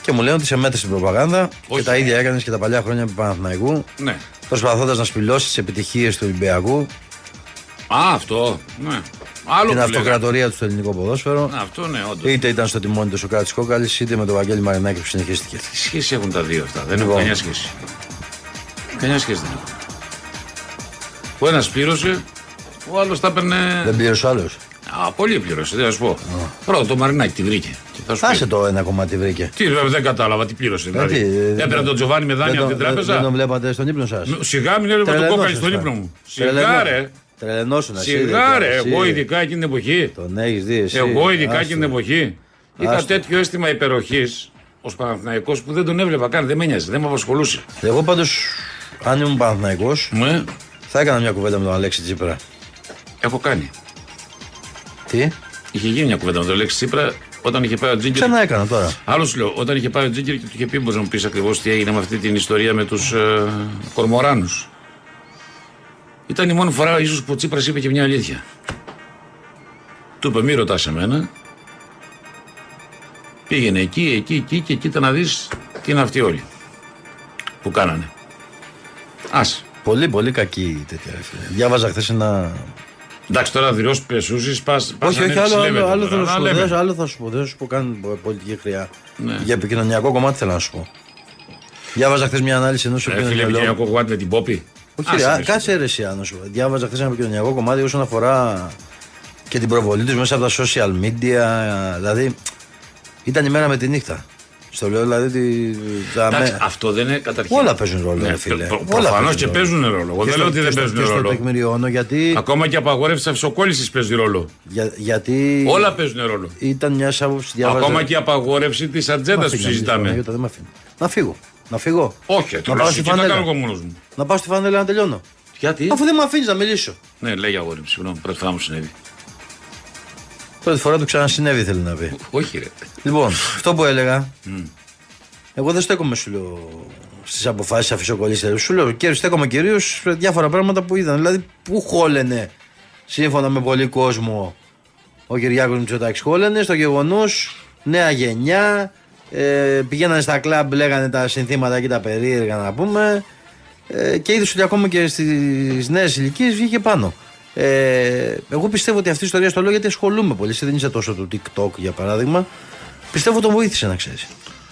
A: και μου λένε ότι σε μέτρησε στην προπαγάνδα
B: Όχι.
A: και τα ίδια έκανες και τα παλιά χρόνια του Παναθηναϊκού
B: ναι.
A: προσπαθώντας να σπηλώσεις τις επιτυχίες του Ολυμπιακού,
B: Α, αυτό. Ναι. Άλλο
A: την
B: που λέγαμε.
A: αυτοκρατορία Ε- του στο ελληνικό ποδόσφαιρο.
B: Ναι, Αυτό ναι, όντως.
A: Είτε ήταν στο τιμόνι του Σοκράτης Κόκαλης, είτε με τον Βαγγέλη Μαρινάκη που συνεχίστηκε.
B: Τι σχέση έχουν τα δύο αυτά. Δεν έχουν
A: Λοιπόν.
B: καμιά σχέση. Καμιά σχέση δεν έχουν. Ο ένας πλήρωσε, ο άλλος τα έπαιρνε.
A: Δεν πήρε ο άλλος.
B: Α, πολύ πλήρωσε, δεν θα σου πω. Πρώτα το Μαρινάκι τη βρήκε. Και θα σου πει.
A: Άσε το ένα κομμάτι βρήκε.
B: Τι, ρε, δεν κατάλαβα τι πλήρωσε. Δηλαδή.
A: τι, ε,
B: Έπαιρνε
A: δεν-
B: τον Τζοβάνι με
A: Δεν
B: δάνεια από την
A: τον- ε, Δεν τον
B: τράπεζα.
A: βλέπατε στον ύπνο σας.
B: Μ, Σιγά μην έλεγα τον κόκαλι στον ύπνο μου. Σιγά ρε.
A: Τρελενόσουν
B: Σιγά ρε. Εγώ ειδικά εκείνη την εποχή.
A: Τον έχεις δει εσύ.
B: Εγώ ειδικά
A: Άστο.
B: εκείνη την εποχή. Είχα
A: Άστο.
B: τέτοιο αίσθημα υπεροχής ως Παναθηναϊκός που δεν τον έβλεπα καν. Δεν με νοιάζει, δεν με απασχολούσε.
A: Εγώ πάντως, αν ήμουν Παναθηναϊκός,
B: Ναι,
A: θα έκανα μια κουβέντα με τον Αλέξη Τσίπρα.
B: έχω κάνει.
A: Τι,
B: Είχε γίνει μια κουβέντα με τον Λέξη Τσίπρα όταν είχε πάει ο Τζίγκερ.
A: ξανά έκανα τώρα.
B: Άλλο σου λέω, όταν είχε πάει ο Τζίγκερ και του είχε πει: Μπορείς να μου πεις ακριβώς τι έγινε με αυτή την ιστορία με τους ε, Κορμοράνους. Ήταν η μόνη φορά ίσως που ο Τσίπρας είπε και μια αλήθεια. Του είπε: Μη ρωτάς εμένα. Πήγαινε εκεί, εκεί, εκεί και κοίτα να δεις τι είναι αυτοί όλοι που κάνανε. Άσε.
A: Πολύ, πολύ κακή τέτοια. ρε φίλε. Διάβαζα χθες ένα.
B: Εντάξει, τώρα δηλώ πεσούσει, πα.
A: όχι, όχι, άλλο, άλλο, άλλο, θέλω να σου πω, δεν- άλλο θα σου πω. Δεν θα σου πω καν πο- πολιτική χρειά.
B: Ναι.
A: Για επικοινωνιακό κομμάτι θέλω να σου πω. Διάβαζα χθες μια ανάλυση ενός
B: Ρε Ε, φίλε,
A: επικοινωνιακού.
B: Ευγενιακό Γουάτ με την Πόπη.
A: Όχι,
B: Άσε
A: ρε,
B: με,
A: α,
B: σου.
A: κάτσε ρε εσύ, Άνω, σου. Διάβαζα χθες ένα επικοινωνιακό κομμάτι όσον αφορά και την προβολή τους μέσα από τα social media. Δηλαδή, ήταν η μέρα με τη νύχτα. Στο λέω δηλαδή ότι. τα
B: Εντάξει,
A: με-
B: αυτό δεν είναι καταρχήν.
A: Όλα παίζουν ρόλο, ρε
B: Ναι,
A: φίλε. Όλα
B: Προφανώς
A: παίζουν
B: και
A: ρόλο.
B: παίζουν ρόλο. Εγώ δεν
A: και
B: λέω
A: στο-
B: ότι
A: και
B: δεν
A: στο-
B: παίζουν
A: και στο
B: ρόλο.
A: τεκμηριώνω γιατί.
B: Ακόμα και απαγόρευσης αυσοκόλληση παίζει ρόλο.
A: για- γιατί
B: Όλα παίζουν ρόλο.
A: ήταν μια άποψη διάβαζα.
B: Ακόμα και η απαγόρευση της
A: Δεν μ'
B: ατζέντα που
A: αφήνει να μιλήσω,
B: συζητάμε.
A: Παναγιώτα, δεν μ' αφήνει. Να φύγω. Να φύγω.
B: Όχι, το
A: να
B: λέω
A: πάω στη
B: εσύ, τι θα κάνω εγώ
A: φανέλα.
B: μόνος μου.
A: Να πάω στη φανέλα να τελειώνω.
B: Γιατί?
A: Αφού δεν με αφήνεις να μιλήσω.
B: Ναι, λέγει αγόρι μου, συγγνώμη, πρώτη φορά μου συνέβη.
A: Πρώτη φορά του ξανασυνέβη θέλει να πει.
B: Όχι, ρε.
A: Λοιπόν, αυτό που έλεγα. Εγώ δεν στέκομαι, σου λέω, στις αποφάσεις αφισοκολλήσεω. Σου λέω και στέκομαι κυρίως σε διάφορα πράγματα που είδαν. Δηλαδή, πού χόλαινε, σύμφωνα με πολύ κόσμο, ο Κυριάκος Μητσοτάκης. Χόλαινε στο γεγονός νέα γενιά. Ε, πηγαίνανε στα κλαμπ, λέγανε τα συνθήματα και τα περίεργα να πούμε. Ε, και είδες ότι ακόμα και στις νέες ηλικίες βγήκε πάνω. Ε, εγώ πιστεύω ότι αυτή η ιστορία στο λέω γιατί ασχολούμαι πολύ. Εσύ δεν είσαι τόσο του TikTok για παράδειγμα. Πιστεύω τον βοήθησε να ξέρεις.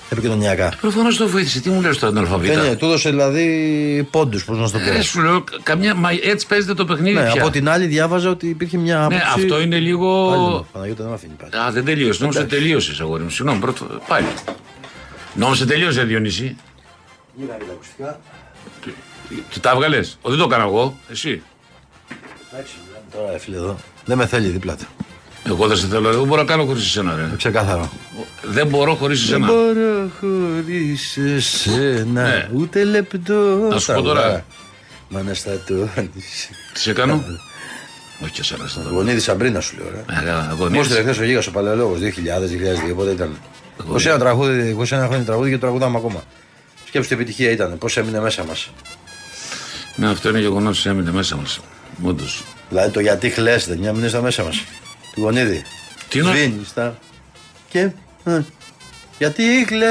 A: Επικοινωνιακά.
B: Προφανώς το βοήθησε. Τι μου λες τώρα την
A: Ε, ναι,
B: αλφαβήτα.
A: του έδωσε δηλαδή πόντους, πώς να σου το
B: Ε,
A: πω.
B: σου λέω, καμιά, μα έτσι παίζεται το παιχνίδι.
A: Ναι,
B: πια.
A: από την άλλη διάβαζα ότι υπήρχε μια άποψη.
B: Ναι, αυτό είναι
A: Πάλι,
B: λίγο.
A: ναι, Παναγιώτα δεν με αφήνει πάλι.
B: Α, δεν τελείωσε. Νόμιζα ότι τελείωσες, αγόρι μου. Συγγνώμη, πρώτο. Πάλι. Νόμιζα τελείωσε, Διονύση. Τι τα έβγαλες. Δεν το έκανα εγώ. Εσύ.
A: Τώρα έφυγε εδώ. Δεν με θέλει δίπλα του.
B: Εγώ δεν σε θέλω. ρε. Δεν μπορώ να κάνω χωρίς εσένα, ρε.
A: Ξεκάθαρο.
B: Δεν μπορώ χωρίς
A: Δεν
B: εσένα.
A: μπορώ χωρίς εσένα
B: Ναι.
A: ούτε λεπτό.
B: Να σου πω τώρα.
A: Τραγουδά. Μ' αναστατώνεις.
B: Τι σε
A: Ε,
B: κάνω. Όχι και εσένα, στα δω.
A: Γονίδης Σαμπρίνα σου λέω. ε. ρε. Μου
B: Αγωνίες.
A: έστειλε χθες ο Γίγας ο Παλαιολόγος 2000-2002, πότε ήταν. 21 τραγούδι, 21 χρόνια τραγούδι και το τραγουδάμε ακόμα. Σκέψτε τι επιτυχία ήταν, πώς έμεινε μέσα μας.
B: Ναι, αυτό είναι γεγονός. Έμεινε μέσα μας. Όντως.
A: Δηλαδή το γιατί χλέστε, μια μείνει στα μέσα μας. Του γονίδι.
B: Τι είναι?
A: Σβήνει τα. Και. ε, γιατί χλες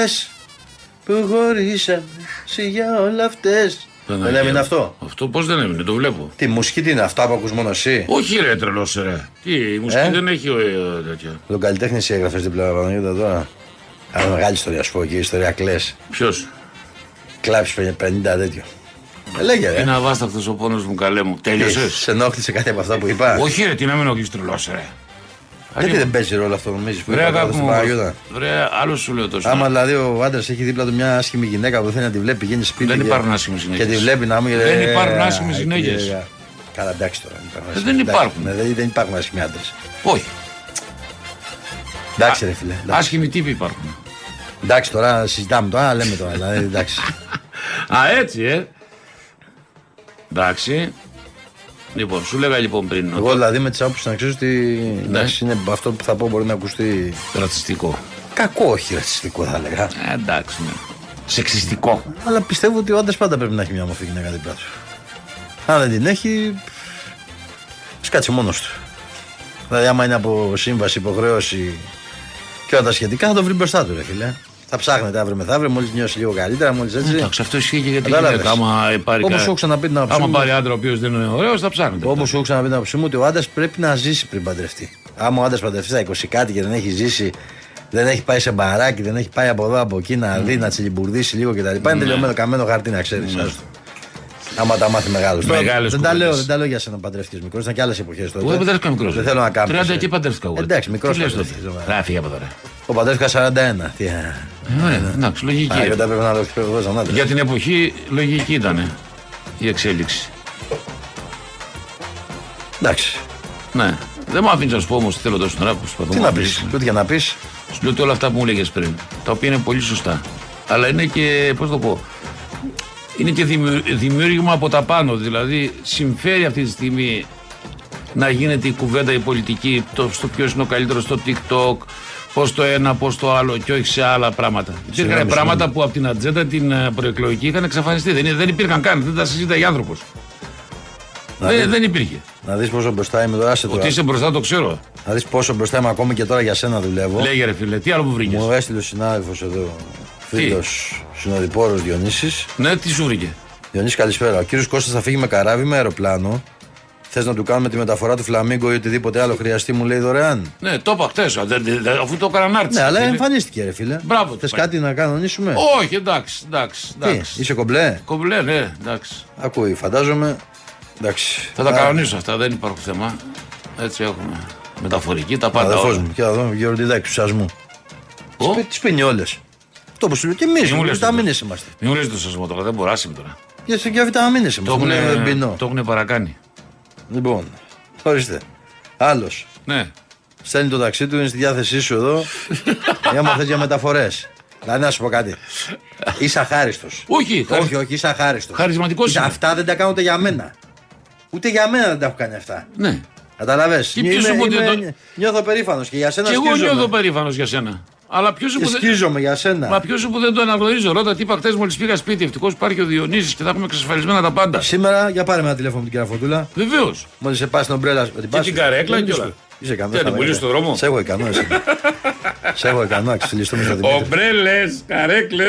A: που χωρίσαμε σε για όλα αυτές. Δεν έμεινε αυτό.
B: Αυτό πώς δεν έμεινε, το βλέπω.
A: Τι μουσική τι είναι, αυτά που ακούς μόνο εσύ.
B: Όχι ρε τρελός ρε. Τι, η μουσική
A: Ε?
B: δεν έχει ε, ε, τέτοια.
A: Τον καλλιτέχνη εσύ έγραφες την πλευρά Παναγιώτα τώρα. Αλλά μεγάλη ιστορία σου πω και η ιστορία κλε.
B: Ποιος.
A: Κλάψεις 50 τέτοιο. Ε, λέγε ρε.
B: Είναι αβάσταχτος ο πόνος μου, καλέ μου.
A: Τι,
B: Τέλειωσε.
A: Σε ενόχλησε κάτι από αυτά που είπα.
B: Όχι ρε, τι να μην οκλεί τρελός ρε.
A: Γιατί δεν παίζει ρόλο αυτό νομίζεις που
B: Βρε
A: είπα τώρα
B: αγάπη
A: στην
B: μου.
A: Παναγιώτα.
B: Βρε, άλλο σου λέω τόσο.
A: Άμα δηλαδή ο άντρας έχει δίπλα του μια άσχημη γυναίκα που θέλει να τη βλέπει, πηγαίνει σπίτι.
B: Δεν
A: και-
B: υπάρχουν άσχημες γυναίκες.
A: Και τη βλέπει να μου
B: Δεν
A: «Ε,
B: υπάρχουν άσχημες
A: ε,
B: γυναίκες». Ε,
A: κύριε, Καλά, εντάξει τώρα. υπάρχουν
B: Δεν
A: άσχημες.
B: υπάρχουν.
A: Ναι, Δεν, δεν υπάρχουν άσχημοι άντρε.
B: Όχι.
A: Εντάξει, ρε φίλε. εντάξει.
B: Άσχημοι τύποι υπάρχουν.
A: Εντάξει τώρα, συζητάμε τώρα, λέμε τώρα. Δηλαδή,
B: *laughs*
A: εντάξει.
B: Α, έτσι, ε. Εντάξει. Λοιπόν, σου λέγα λοιπόν πριν.
A: Εγώ δηλαδή με τι άποψει να ξέρεις ότι.
B: Ναι.
A: Εντάξει, είναι αυτό που θα πω μπορεί να ακουστεί.
B: Ρατσιστικό.
A: Κακό, όχι ρατσιστικό θα έλεγα.
B: Ε, εντάξει, ναι. Σεξιστικό.
A: Αλλά πιστεύω ότι ο άντρας πάντα πρέπει να έχει μια μορφή γυναίκα δίπλα του. Αν δεν την έχει, σκάτσε μόνος του. Δηλαδή, άμα είναι από σύμβαση, υποχρέωση και όλα τα σχετικά, θα το βρει μπροστά του, ρε φίλε. Θα ψάχνετε αύριο μεθαύριο, μόλις νιώσει λίγο καλύτερα, μόλις έτσι.
B: Εντάξει, αυτό ισχύει και για την
A: Ναι. Κατάλαβες.
B: γυναίκα. Άμα ε, πάρει,
A: Όπως
B: κα-
A: σου έχω ξαναπεί την άποψή
B: άμα
A: μου.
B: πάρει άντρα ο οποίος δεν είναι ωραίος, θα ψάχνετε.
A: Όπω σου έχω ξαναπεί την άποψή μου, ότι ο άντρας πρέπει να ζήσει πριν παντρευτεί. Άμα ο άντρας παντρευτεί στα 20 κάτι και δεν έχει ζήσει, δεν έχει πάει σε μπαράκι, δεν έχει πάει από εδώ από εκεί να δει, να τσιλιμπουρδίσει λίγο κτλ. Είναι
B: Ναι.
A: τελειωμένο καμένο χαρτί να ξέρεις. Άμα τα μάθει μεγάλος.
B: Μεγάλες
A: Δεν τα
B: Ναι. κουβέντες.
A: λέω, δεν τα λέω για σένα που παντρεύτηκες μικρός, ήταν και άλλες εποχές τότε.
B: Εγώ δεν παντρεύτηκα μικρός.
A: Δεν θέλω να κάνω.
B: 30 εκεί παντρεύτηκα εγώ.
A: Εντάξει, μικρός.
B: Τι λες τότε. Να φύγει από τώρα.
A: Ο παντρεύτηκα 41. Τι. ε.
B: Ε, Ωραία, εντάξει, λογική.
A: Α,
B: είναι.
A: μετά πρέπει να λέω εγώ σαν άντρα.
B: Για την εποχή λογική ήταν η εξέλιξη.
A: Εντάξει.
B: Ναι. Δεν μου αφήνει να σου πω όμως τι θέλω τόσο τώρα που προσπαθώ
A: Τι
B: να
A: να πει,
B: μιλήσω.
A: ούτε για να πεις.
B: Σου λέω ότι όλα αυτά που μου έλεγε πριν, τα οποία είναι πολύ σωστά. Αλλά είναι και, πώς το πω, είναι και δημιου- δημιούργημα από τα πάνω. Δηλαδή, συμφέρει αυτή τη στιγμή να γίνεται η κουβέντα η πολιτική το, στο ποιος είναι ο καλύτερος στο TikTok, πώς το ένα, πώς το άλλο και όχι σε άλλα πράγματα. Υπήρχαν
A: συγγνώμη.
B: πράγματα που από την ατζέντα την ε, προεκλογική είχαν εξαφανιστεί. Δεν, είναι- δεν υπήρχαν καν, δεν τα συζήταγε άνθρωπο. Δεν, δεν υπήρχε.
A: Να δεις πόσο μπροστά είμαι τώρα. άσε τώρα.
B: Ότι είσαι μπροστά το ξέρω.
A: Να δεις πόσο μπροστά είμαι ακόμη και τώρα για σένα δουλεύω.
B: Λέγε ρε φίλε, τι άλλο που βρήκες.
A: Μου έστειλε ο συνάδελφος εδώ, φίλος συνοδοιπόρος Διονύσης.
B: Ναι, τι σου βρήκε.
A: Διονύση, καλησπέρα. Ο κύριος Κώστας θα φύγει με καράβι με αεροπλάνο. Θες να του κάνουμε τη μεταφορά του φλαμίγκο ή οτιδήποτε άλλο χρειαστεί, μου λέει δωρεάν.
B: Ναι, το είπα χτες, δεν- δεν- δεν- αφού το έκαναν άρτηση.
A: Ναι, αλλά
B: φίλε.
A: εμφανίστηκε, ρε φίλε.
B: Μπράβο του,
A: Θε
B: πάει.
A: κάτι να κανονίσουμε.
B: Όχι, εντάξει, εντάξει.
A: Τι,
B: εντάξει.
A: είσαι κομπλέ.
B: Κομπλέ, ναι, εντάξει.
A: Ακούει, φαντάζομαι. Εντάξει.
B: Θα τα
A: Α,
B: κανονίσω αυτά, δεν υπάρχει θέμα. Έτσι έχουμε. Μεταφορική, τα
A: Ο
B: πάντα.
A: αδερφό
B: όλα.
A: μου, και εδώ, Γεωργιδάκη του Σασμού.
B: Ο?
A: Τι πίνει όλες. Αυτό που σου λέω και εμείς,
B: Μη μου λες το-
A: βιταμίνε είμαστε.
B: Μην μου λες το σασμό τώρα, δεν μπορεί άσχημα τώρα.
A: Για για βιταμίνες
B: Το
A: είμαστε. είναι
B: έχουν,
A: πεινό.
B: το έχουνε παρακάνει.
A: Λοιπόν, ορίστε. Άλλος.
B: Ναι.
A: Στέλνει το ταξί του, είναι στη διάθεσή σου
B: *laughs*
A: εδώ. Για να θες για μεταφορές. Δηλαδή να σου πω κάτι. Είσαι αχάριστος.
B: Όχι, χάρη-
A: όχι, όχι, είσαι αχάριστος.
B: Χαρισματικός είναι.
A: Αυτά δεν τα κάνω ούτε για μένα. Ούτε για μένα δεν τα έχω κάνει αυτά.
B: Ναι.
A: Καταλαβέ.
B: Και ποιος σου είπε ότι το-
A: Νιώθω περήφανος και για σένα
B: Και εγώ
A: σκίζομαι.
B: νιώθω περήφανος για σένα. Αλλά ποιος
A: Και
B: που δεν.
A: σκίζομαι για σένα.
B: Μα ποιος που δεν το αναγνωρίζω, ρώτα τι είπα χτε μόλις πήγα σπίτι. Ευτυχώς υπάρχει ο Διονύσης και θα έχουμε εξασφαλισμένα τα πάντα.
A: Σήμερα, για πάρε με ένα τηλέφωνο με την κυρία Φωτούλα.
B: Βεβαίως.
A: Μόλις σε πάει στην ομπρέλα σου. την
B: Και
A: πας.
B: την καρέκλα
A: Δεν
B: και
A: είσαι-
B: όλα.
A: Είσαι ικανός.
B: Τι, να την πουλήσεις στον δρόμο?
A: Σε έχω ικανό. εσύ. Σε έχω ικανό, αξιλιστούμε στο Δημήτρη.
B: Ομπρέλες, καρέκλες.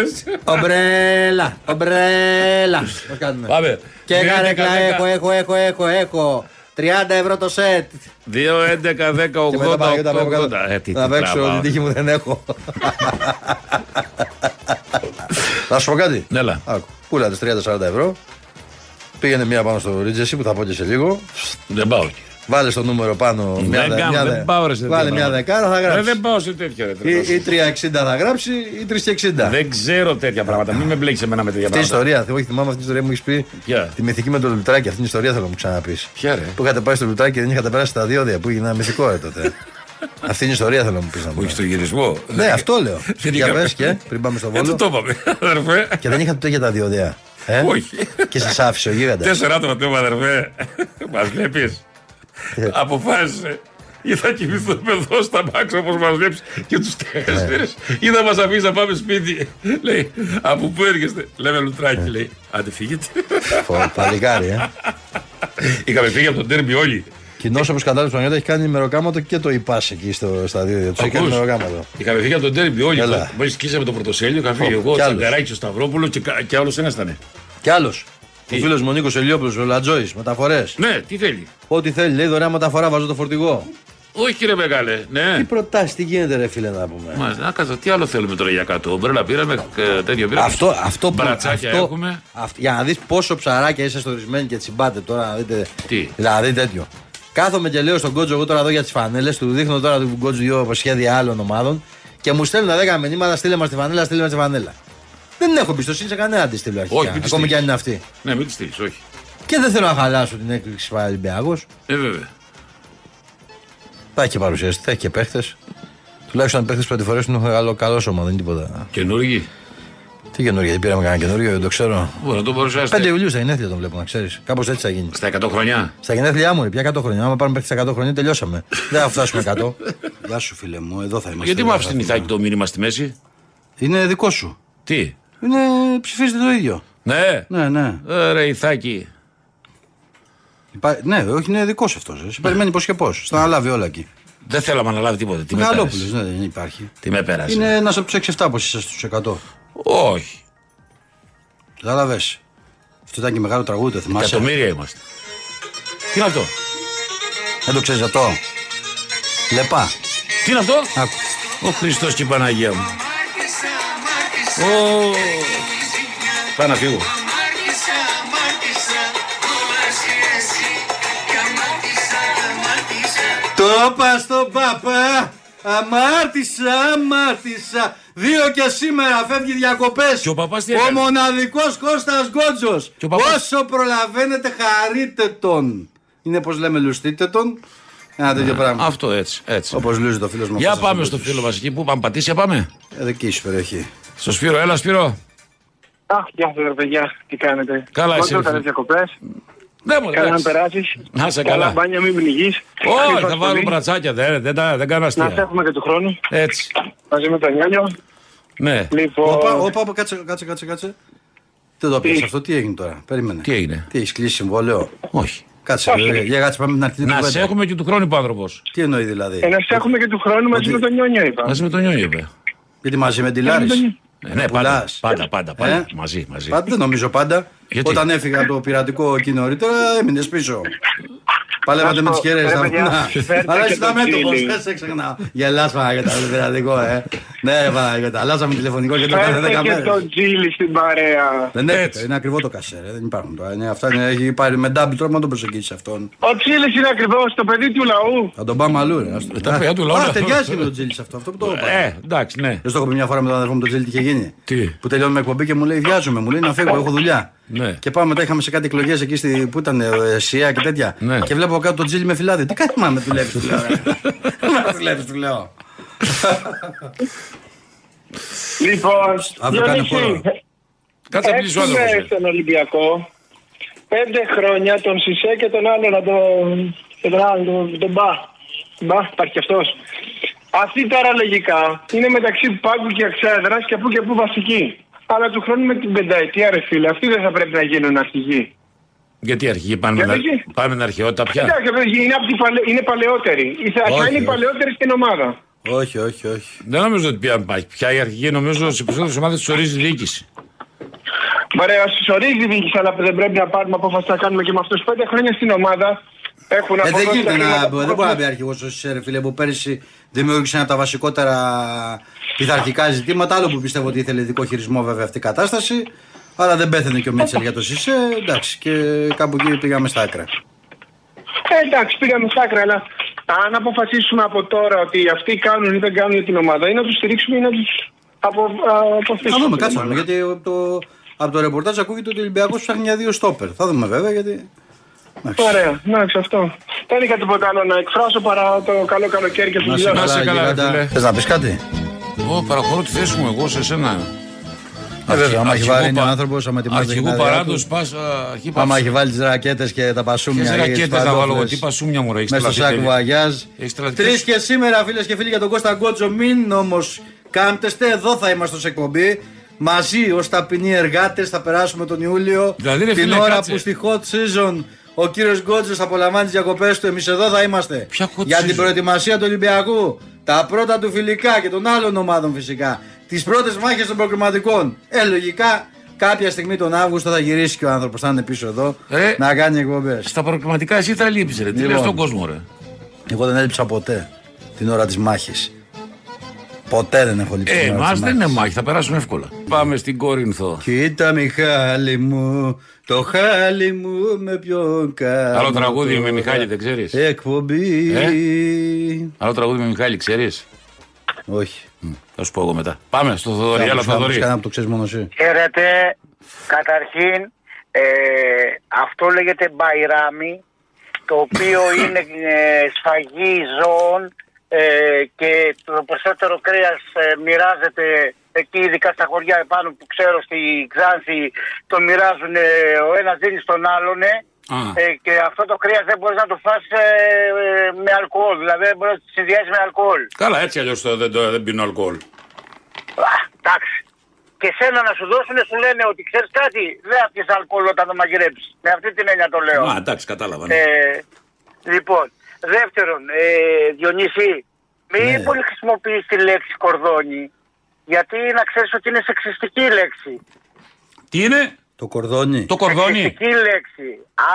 A: Ομπρέλα, ομπρέλα. Πώς κάνουμε.
B: Πάμε.
A: Και
B: 2, 11,
A: καρέκλα
B: 10.
A: έχω, έχω, έχω, έχω, έχω. 30 ευρώ το σετ.
B: 2, 11, 10, 80,
A: Και μετά πάω και τα πάω
B: 80.
A: κάτω.
B: Ε, τι-
A: Να
B: τι
A: παίξω,
B: τραβάω.
A: την τύχη μου δεν
B: *laughs*
A: έχω. Να σου πω κάτι.
B: Ναι, έλα.
A: Άκου, Πούλα τις 30-40 ευρώ. Πήγαινε μία πάνω στο Ρίτζεσι που θα πω και σε λίγο.
B: Δεν πάω. εκεί.
A: Βάλε το νούμερο πάνω. Μια,
B: Δεν
A: δε-
B: κάνω,
A: μια
B: Ναι, δεν
A: δε-
B: πάω, ρε, σε
A: Βάλε
B: τέτοια
A: μια
B: πράγματα.
A: δεκάρα θα
B: Ε,
A: γράψει.
B: Δεν πάω σε τέτοια ρε.
A: Ή,
B: τρελός.
A: ή 360 θα γράψει ή 360.
B: Δεν ξέρω τέτοια πράγματα. Μην με μπλέξεις εμένα με τέτοια
A: Αυτή η
B: πράγματα.
A: ιστορία, όχι θυμάμαι αυτή την ιστορία που μου έχεις πει.
B: Ποια?
A: Τη μυθική με το λουτράκι, αυτή την ιστορία θέλω να μου ξαναπείς.
B: Ποια, ρε?
A: Που είχατε πάει στο λουτράκι και δεν είχατε περάσει τα διόδια που έγινε μυθικό ρε
B: *laughs*
A: τότε. αυτή την ιστορία θέλω να μου πεις να μου.
B: Όχι στο γυρισμό.
A: Ναι, αυτό λέω.
B: Δεν
A: Για
B: είχαμε.
A: πες και πριν πάμε στο
B: Ε,
A: βόλο.
B: το το είπαμε, *laughs* αδερφέ.
A: Και δεν είχατε τέτοια τα διόδια. Ε?
B: Όχι.
A: Και σας άφησε ο γίγαντας.
B: Τέσσερα άτομα το είπαμε, αδερφέ. Μας βλέπεις.
A: Ναι.
B: Αποφάσισε. Ή θα κοιμηθούμε εδώ στα μπάξα όπω μα βλέπει και τους
A: Ναι.
B: τέσσερι. Ή θα μας αφήσεις να πάμε σπίτι. Λέει, από πού έρχεστε. Λέμε λουτράκι,
A: Ναι.
B: λέει. Άντε φύγετε.
A: Παλικάρι, ε.
B: Είχαμε φύγει από τον τέρμι όλοι.
A: Κοινός όπως κατάλαβες ο Νιώτα έχει κάνει ημεροκάματο και το υπάς εκεί στο, στα δύο. Τους έχει κάνει
B: Ακούς.
A: ημεροκάματο.
B: Είχαμε φύγει από τον τέρμι όλοι.
A: Έλα.
B: Μόλι σκίσαμε το πρωτοσέλιδο, είχα φύγει
A: Ω,
B: εγώ, ο
A: κι άλλος.
B: Τσαγκαράκης, ο Σταυρόπουλος και, κα- και άλλος ένας ήταν.
A: Κι άλλος. Ο φίλος μου ο Νίκος Ελιόπουλος, ο Λατζόης, μεταφορές.
B: Ναι, τι θέλει.
A: Ό,τι θέλει, λέει δωρεάν μεταφορά, βάζω το φορτηγό.
B: Όχι, ρε μεγάλε.
A: Τι
B: Ναι.
A: προτάσεις, τι γίνεται, ρε φίλε, να πούμε.
B: Μα να κάτσε, τι άλλο θέλουμε τώρα για κάτω. Ομπρέλα πήραμε, ε, τέτοιο πήραμε.
A: Αυτό, αυτό που.
B: Μπρατσάκια
A: αυτό,
B: έχουμε.
A: αυτό- για να δεις πόσο ψαράκια είσαι στορισμένοι και τσιμπάτε τώρα. Να δείτε,
B: Τι?
A: Δηλαδή τέτοιο. Κάθομαι και λέω στον κότζο εγώ τώρα εδώ για τις φανέλες. Του δείχνω τώρα του κότζου δύο σχέδια άλλων ομάδων. Και μου στέλνουν 10 μηνύματα, στείλε μας τη φανέλα, στείλε μας τη φανέλα. Δεν έχω εμπιστοσύνη σε κανένα της στείλω αρχικά.
B: Όχι, μην τη
A: ακόμη
B: στείλεις.
A: κι αν είναι αυτή.
B: Ναι, μην τη στείλεις, όχι.
A: Και δεν θέλω να χαλάσω την έκπληξη Παραλυμπιακό.
B: Ε, βέβαια.
A: Θα έχει και παρουσιαστή, θα έχει και παίχτες. Τουλάχιστον αν παίχτες πρώτη φορά είναι καλό, καλό σώμα, δεν είναι τίποτα.
B: Καινούργιοι.
A: Τι καινούργια, δεν πήραμε κανένα καινούργιο, δεν το ξέρω.
B: Μπορεί να το
A: 5
B: παρουσιάσετε.
A: Ιουλίου στα γενέθλια τον βλέπω, να ξέρεις. Κάπως έτσι θα γίνει.
B: Στα 100 χρόνια.
A: Στα γενέθλιά μου, ρε, πια 100 χρόνια. Άμα πάρουμε παίχτη 100 χρόνια, τελειώσαμε. δεν θα φτάσουμε 100.
C: *laughs* Γεια σου, φίλε μου, εδώ θα είμαστε.
B: Γιατί μου
C: Εδώ
B: άφησε
C: θα
B: την Ιθάκη το μήνυμα στη μέση.
C: Είναι δικό σου.
B: Τι.
C: Είναι ψηφίζετε το ίδιο.
B: Ναι.
C: Ναι, ναι.
B: Ε, Ρε Ιθάκη.
C: Υπά- Ναι, όχι, είναι δικός αυτός.
B: Ναι.
C: Σε περιμένει πώς και πώς. Θα αναλάβει όλα εκεί.
B: Δεν θέλω να αναλάβει τίποτα. Τι με
C: Καλόπουλο,
B: πέρασε.
C: ναι, δεν υπάρχει.
B: Τι με πέρασε.
C: Είναι ένας από τους 6-7 από εσά στου 100.
B: Όχι.
C: Κατάλαβε. Αυτό ήταν και μεγάλο τραγούδι, το θυμάσαι.
B: Εκατομμύρια είμαστε. Τι είναι αυτό.
C: Δεν το ξέρεις αυτό. Λεπά.
B: Τι είναι αυτό.
C: Άκου.
B: Ο Χριστός και η Παναγία μου. Ω. Πάω να φύγω.
A: Το είπα στον παπά. Αμάρτησα, αμάρτησα. Δύο και σήμερα φεύγει διακοπές.
B: Και ο παπάς τι έκανε?
A: Ο μοναδικός Κώστας Γκότζος.
B: Και ο παπάς-
A: Όσο προλαβαίνετε, χαρείτε τον. Είναι πώς λέμε, λουστείτε τον. Ένα τέτοιο
C: Ναι.
A: πράγμα.
B: Αυτό έτσι. έτσι.
A: Όπως λούζει το φίλος μου.
B: Για
A: αυτός
B: πάμε
A: ο
B: στο φίλο μας εκεί. Πού πάμε πατήσια πάμε.
A: Γκότζος.
C: Ε,
A: Εδώ εκεί σου περιοχή.
B: Στο Σπύρο. Έλα Σπύρο.
K: Αχ, γεια σας ρε παιδιά, τι κάνετε.
B: Καλά, εσύ,
K: Κόντρο,
B: ρε,
K: καλές
B: φίλε.
K: διακοπές.
B: Ναι, μου
K: Καλά να
B: εντάξει.
K: περάσεις.
B: Να είσαι καλά.
K: Καλά μπάνια, μην πνιγείς.
B: Όχι,
K: Καλή
B: θα
K: σας
B: βάλω
K: πολύ.
B: μπρατσάκια. Δεν, δεν, τα- δεν κάνω
K: Να σε
B: αστεία.
K: έχουμε και του χρόνου.
B: Έτσι.
K: Μαζί με τον Νιάνιο.
B: Ναι.
K: Λοιπόν,
A: Όπα, όπα, όπα, κάτσε, κάτσε, κάτσε. κάτσε. Δεν το πεις αυτό, τι έγινε τώρα. Περίμενε.
B: Τι έγινε?
A: Τι έχεις κλείσει συμβόλαιο.
B: Όχι.
A: Κάτσε, για- για κάτσε, πάμε την αρχή.
B: Να
A: κουβέντα.
B: σε έχουμε και του χρόνου που άνθρωπος.
A: Τι εννοεί δηλαδή.
K: ε,
G: ναι.
K: να σε έχουμε και του χρόνου μαζί με τον Νιάνιο είπα.
B: Μαζί με τον Νιόνιο είπε.
A: Γιατί μαζί με τη Λάρη.
B: Ε, Ναι, πάντα,
A: πουλάς.
B: πάντα, πάντα, πάντα.
A: Ε?
B: Μαζί, μαζί.
A: Πάντα, δεν νομίζω πάντα.
B: Γιατί?
A: Όταν έφυγα από το πειρατικό εκεί νωρίτερα, έμεινες πίσω. Παλεύατε
K: Να
A: με τις
K: σου πω,
A: χέρες.
K: ρε παιδιά, φέρτε
A: Αλλά
K: και
A: είσαι τα
K: τον
A: μέτωπο,
K: Φίλη.
A: δεν σε ξεχνάω. Γελά Παναγιώτα, με το πειρατικό, ε. Ναι, Παναγιώτα, αλλάζαμε τηλεφωνικό και το κάθε
K: Φέρτε
A: 10
K: και
A: μέρες.
K: τον Τζίλι στην παρέα.
A: Δεν
B: Έτσι.
A: έρχεται, είναι ακριβό το κασέρ, ε, δεν υπάρχουν τώρα. Είναι, αυτά είναι, έχει πάρει με ντάμπι τρόπο να τον προσεγγίσεις αυτόν.
K: Ο Τζίλις είναι ακριβώς το παιδί του λαού.
A: Θα τον πάμε αλλού, ρε. ας το-
B: τα παιδιά του λαού,
A: Α,
B: ναι.
A: ταιριάζει και με τον Τζίλις σε αυτό, αυτό που το είπα.
B: Ε, εντάξει, ναι.
A: Δεν στο έχω πει μια φορά με τον αδερφό μου τον Τζίλι τι είχε γίνει.
B: Τι?
A: Που τελειώνουμε εκπομπή και μου λέει: Βιάζομαι, μου λέει να φύγω, έχω δουλειά.
B: Ναι.
A: Και πάμε μετά, είχαμε σε κάτι εκλογές εκεί στη, που ήταν ε, Σία και τέτοια.
B: Ναι.
A: Και βλέπω κάτω τον Τζίλι με φυλάδι. Τι κάτι μα με δουλεύει, του λέω.
B: *laughs*
A: ρε. Μα δουλεύει, του λέω.
K: Λοιπόν,
A: Αύριο κάνει χώρο.
K: Διονύση,
B: Κάτσε να μιλήσει ο άνθρωπος. ε.
K: έχουμε στον Ολυμπιακό πέντε χρόνια τον Σισε και τον άλλο να τον
L: το πράγμα, τον μπα. Μπα, υπάρχει κι αυτό. Αυτή τώρα λογικά είναι μεταξύ πάγκου και εξέδρα και από και από βασική. Αλλά του χρόνου με την πενταετία, ρε φίλε, αυτοί δεν θα πρέπει να γίνουν αρχηγοί.
B: Γιατί αρχηγοί πάμε, με,
L: Γιατί?
B: πάμε με αρχαιότητα πια.
L: Κοιτάξτε, παιδιά, είναι, από τη παλαι... είναι παλαιότεροι. Οι Θεσσαλονίκοι
B: Όχι,
L: είναι οι
B: όχι.
L: παλαιότεροι στην ομάδα.
A: Όχι, όχι, όχι.
B: Δεν νομίζω ότι πια υπάρχει. Πια η αρχηγή νομίζω στι περισσότερες ομάδες τους ορίζει η διοίκηση.
L: Ωραία, σου ορίζει η διοίκηση, αλλά δεν πρέπει να πάρουμε απόφαση να κάνουμε και με αυτούς. Πέντε χρόνια στην ομάδα έχουν
A: Ε, δεν
L: αποδώσει τα
A: γίνεται να,
L: χρήματα που
A: δεν μπορεί να πει αρχηγός ο Σέρ, φίλε, που πέρυσι δημιούργησε ένα από τα βασικότερα πειθαρχικά ζητήματα. Άλλο που πιστεύω ότι ήθελε ειδικό χειρισμό, βέβαια, αυτή η κατάσταση. Αλλά δεν πέθανε και ο Μίτσελ για το Σισε. Εντάξει, και κάπου εκεί πήγαμε στα άκρα.
L: Ε, εντάξει, πήγαμε στα άκρα, αλλά αν αποφασίσουμε από τώρα ότι αυτοί κάνουν ή δεν κάνουν για την ομάδα, ή να τους στηρίξουμε ή να τους απο, α,
A: Θα
L: αποθήσουμε.
A: δούμε, κάτσε να δούμε, Γιατί από το, από το ρεπορτάζ ακούγεται ότι ο Ολυμπιακός ψάχνει για δύο στόπερ. Θα δούμε, βέβαια, γιατί. Εντάξει.
L: Ωραία, εντάξει, αυτό. Δεν είχα τίποτα άλλο να εκφράσω παρά το καλό καλοκαίρι και
A: Να σε
L: φιλιά.
B: Να σε καλά,
A: καλά,
B: ρε
A: γιγάντα.
B: φίλε.
A: Θες να πεις κάτι.
B: Εγώ παραχωρώ τη θέση μου εγώ σε σένα.
A: Ε, βέβαια, άμα έχει
B: Αρχηγού
A: βάλει είναι
B: πα-
A: άνθρωπος, άμα ετοιμάζει την
B: Αρχηγού
A: άδειά του.
B: παράδοση πα αρχή
A: Άμα
B: παύση.
A: έχει βάλει τις ρακέτες και τα πασούμια.
B: Ποιες
A: και τις
B: ρακέτες να βάλω εγώ,
A: παντόφλες
B: τι πασούμια, μωρέ, έχεις
A: Μέσα στο
B: τρελαθεί
A: σάκου
B: τέλεια.
A: βαγιάζ.
B: Έχεις τρελαθεί.
A: Τρεις και σήμερα, φίλες και φίλοι, για τον Κώστα Γκότζο. Μην όμως κάμπτεστε, εδώ θα είμαστε σε εκπομπή. Μαζί ως ταπεινοί εργάτες θα περάσουμε τον Ιούλιο.
B: Δηλαδή, ρε
A: την
B: φίλε,
A: ώρα
B: κάτσε.
A: που στη hot season ο κύριος Γκότζο απολαμβάνει τις διακοπές του, εμείς εδώ θα είμαστε.
B: Ποια hot
A: για
B: season?
A: την προετοιμασία του Ολυμπιακού. Τα πρώτα του φιλικά και των άλλων ομάδων φυσικά. Τις πρώτες μάχες των προκριματικών. Ε, λογικά κάποια στιγμή τον Αύγουστο θα γυρίσει και ο άνθρωπος, θα είναι πίσω εδώ
B: Ε.
A: να κάνει εκπομπές.
B: Στα προκριματικά εσύ θα λείπει, ρε. Τι λες
A: Λοιπόν.
B: στον κόσμο, ρε. Ε,
A: Εγώ δεν έλειψα ποτέ την ώρα της μάχης. Ποτέ δεν έχω λείψει.
B: Ε,
A: την ώρα
B: εμά
A: της
B: δεν είναι
A: μάχης.
B: μάχη, θα περάσουν εύκολα. Πάμε στην Κόρινθο.
A: Κοίτα Μιχάλη μου, το χάλι μου με ποιον κάνω.
B: Άλλο τραγούδι
A: τώρα.
B: με Μιχάλη, Ε? δεν ξέρεις.
A: Ε. Εκπομπή.
B: Άλλο τραγούδι με Μιχάλη, ξέρεις.
A: Όχι.
B: Θα σου πω εγώ μετά. Πάμε στο Θοδωρή, άλλο Θοδωρή.
A: Κάνα που το ξέρεις μόνο εσύ.
G: Χαίρετε. Καταρχήν, ε, αυτό λέγεται μπαϊράμι, το οποίο είναι ε, σφαγή ζώων ε, και το περισσότερο κρέας ε, μοιράζεται εκεί, ειδικά στα χωριά επάνω που ξέρω στη Ξάνθη, το μοιράζουν ε, ο ένας δίνει στον άλλον. ε.
B: Α.
G: Ε, και αυτό το κρέας δεν μπορείς να το φας ε, ε, με αλκοόλ, δηλαδή δεν μπορείς να το συνδυάσεις με αλκοόλ.
B: Καλά, έτσι αλλιώς δεν, το- δεν πίνω αλκοόλ.
G: Α, Εντάξει. Και σένα να σου δώσουν, σου λένε ότι ξέρεις κάτι, δεν αφήσει αλκοόλ όταν το μαγειρέψεις. Με αυτή την έννοια το λέω.
B: Α, εντάξει, κατάλαβα. ναι.
G: Ε, λοιπόν, δεύτερον, ε, Διονύση, μην
A: Ναι.
G: πολύ χρησιμοποιείς τη λέξη κορδόνι, γιατί να ξέρεις ότι είναι σεξιστική λέξη.
B: Τι είναι,
A: Το κορδόνι.
B: το κορδόνι.
G: Σεξιστική λέξη.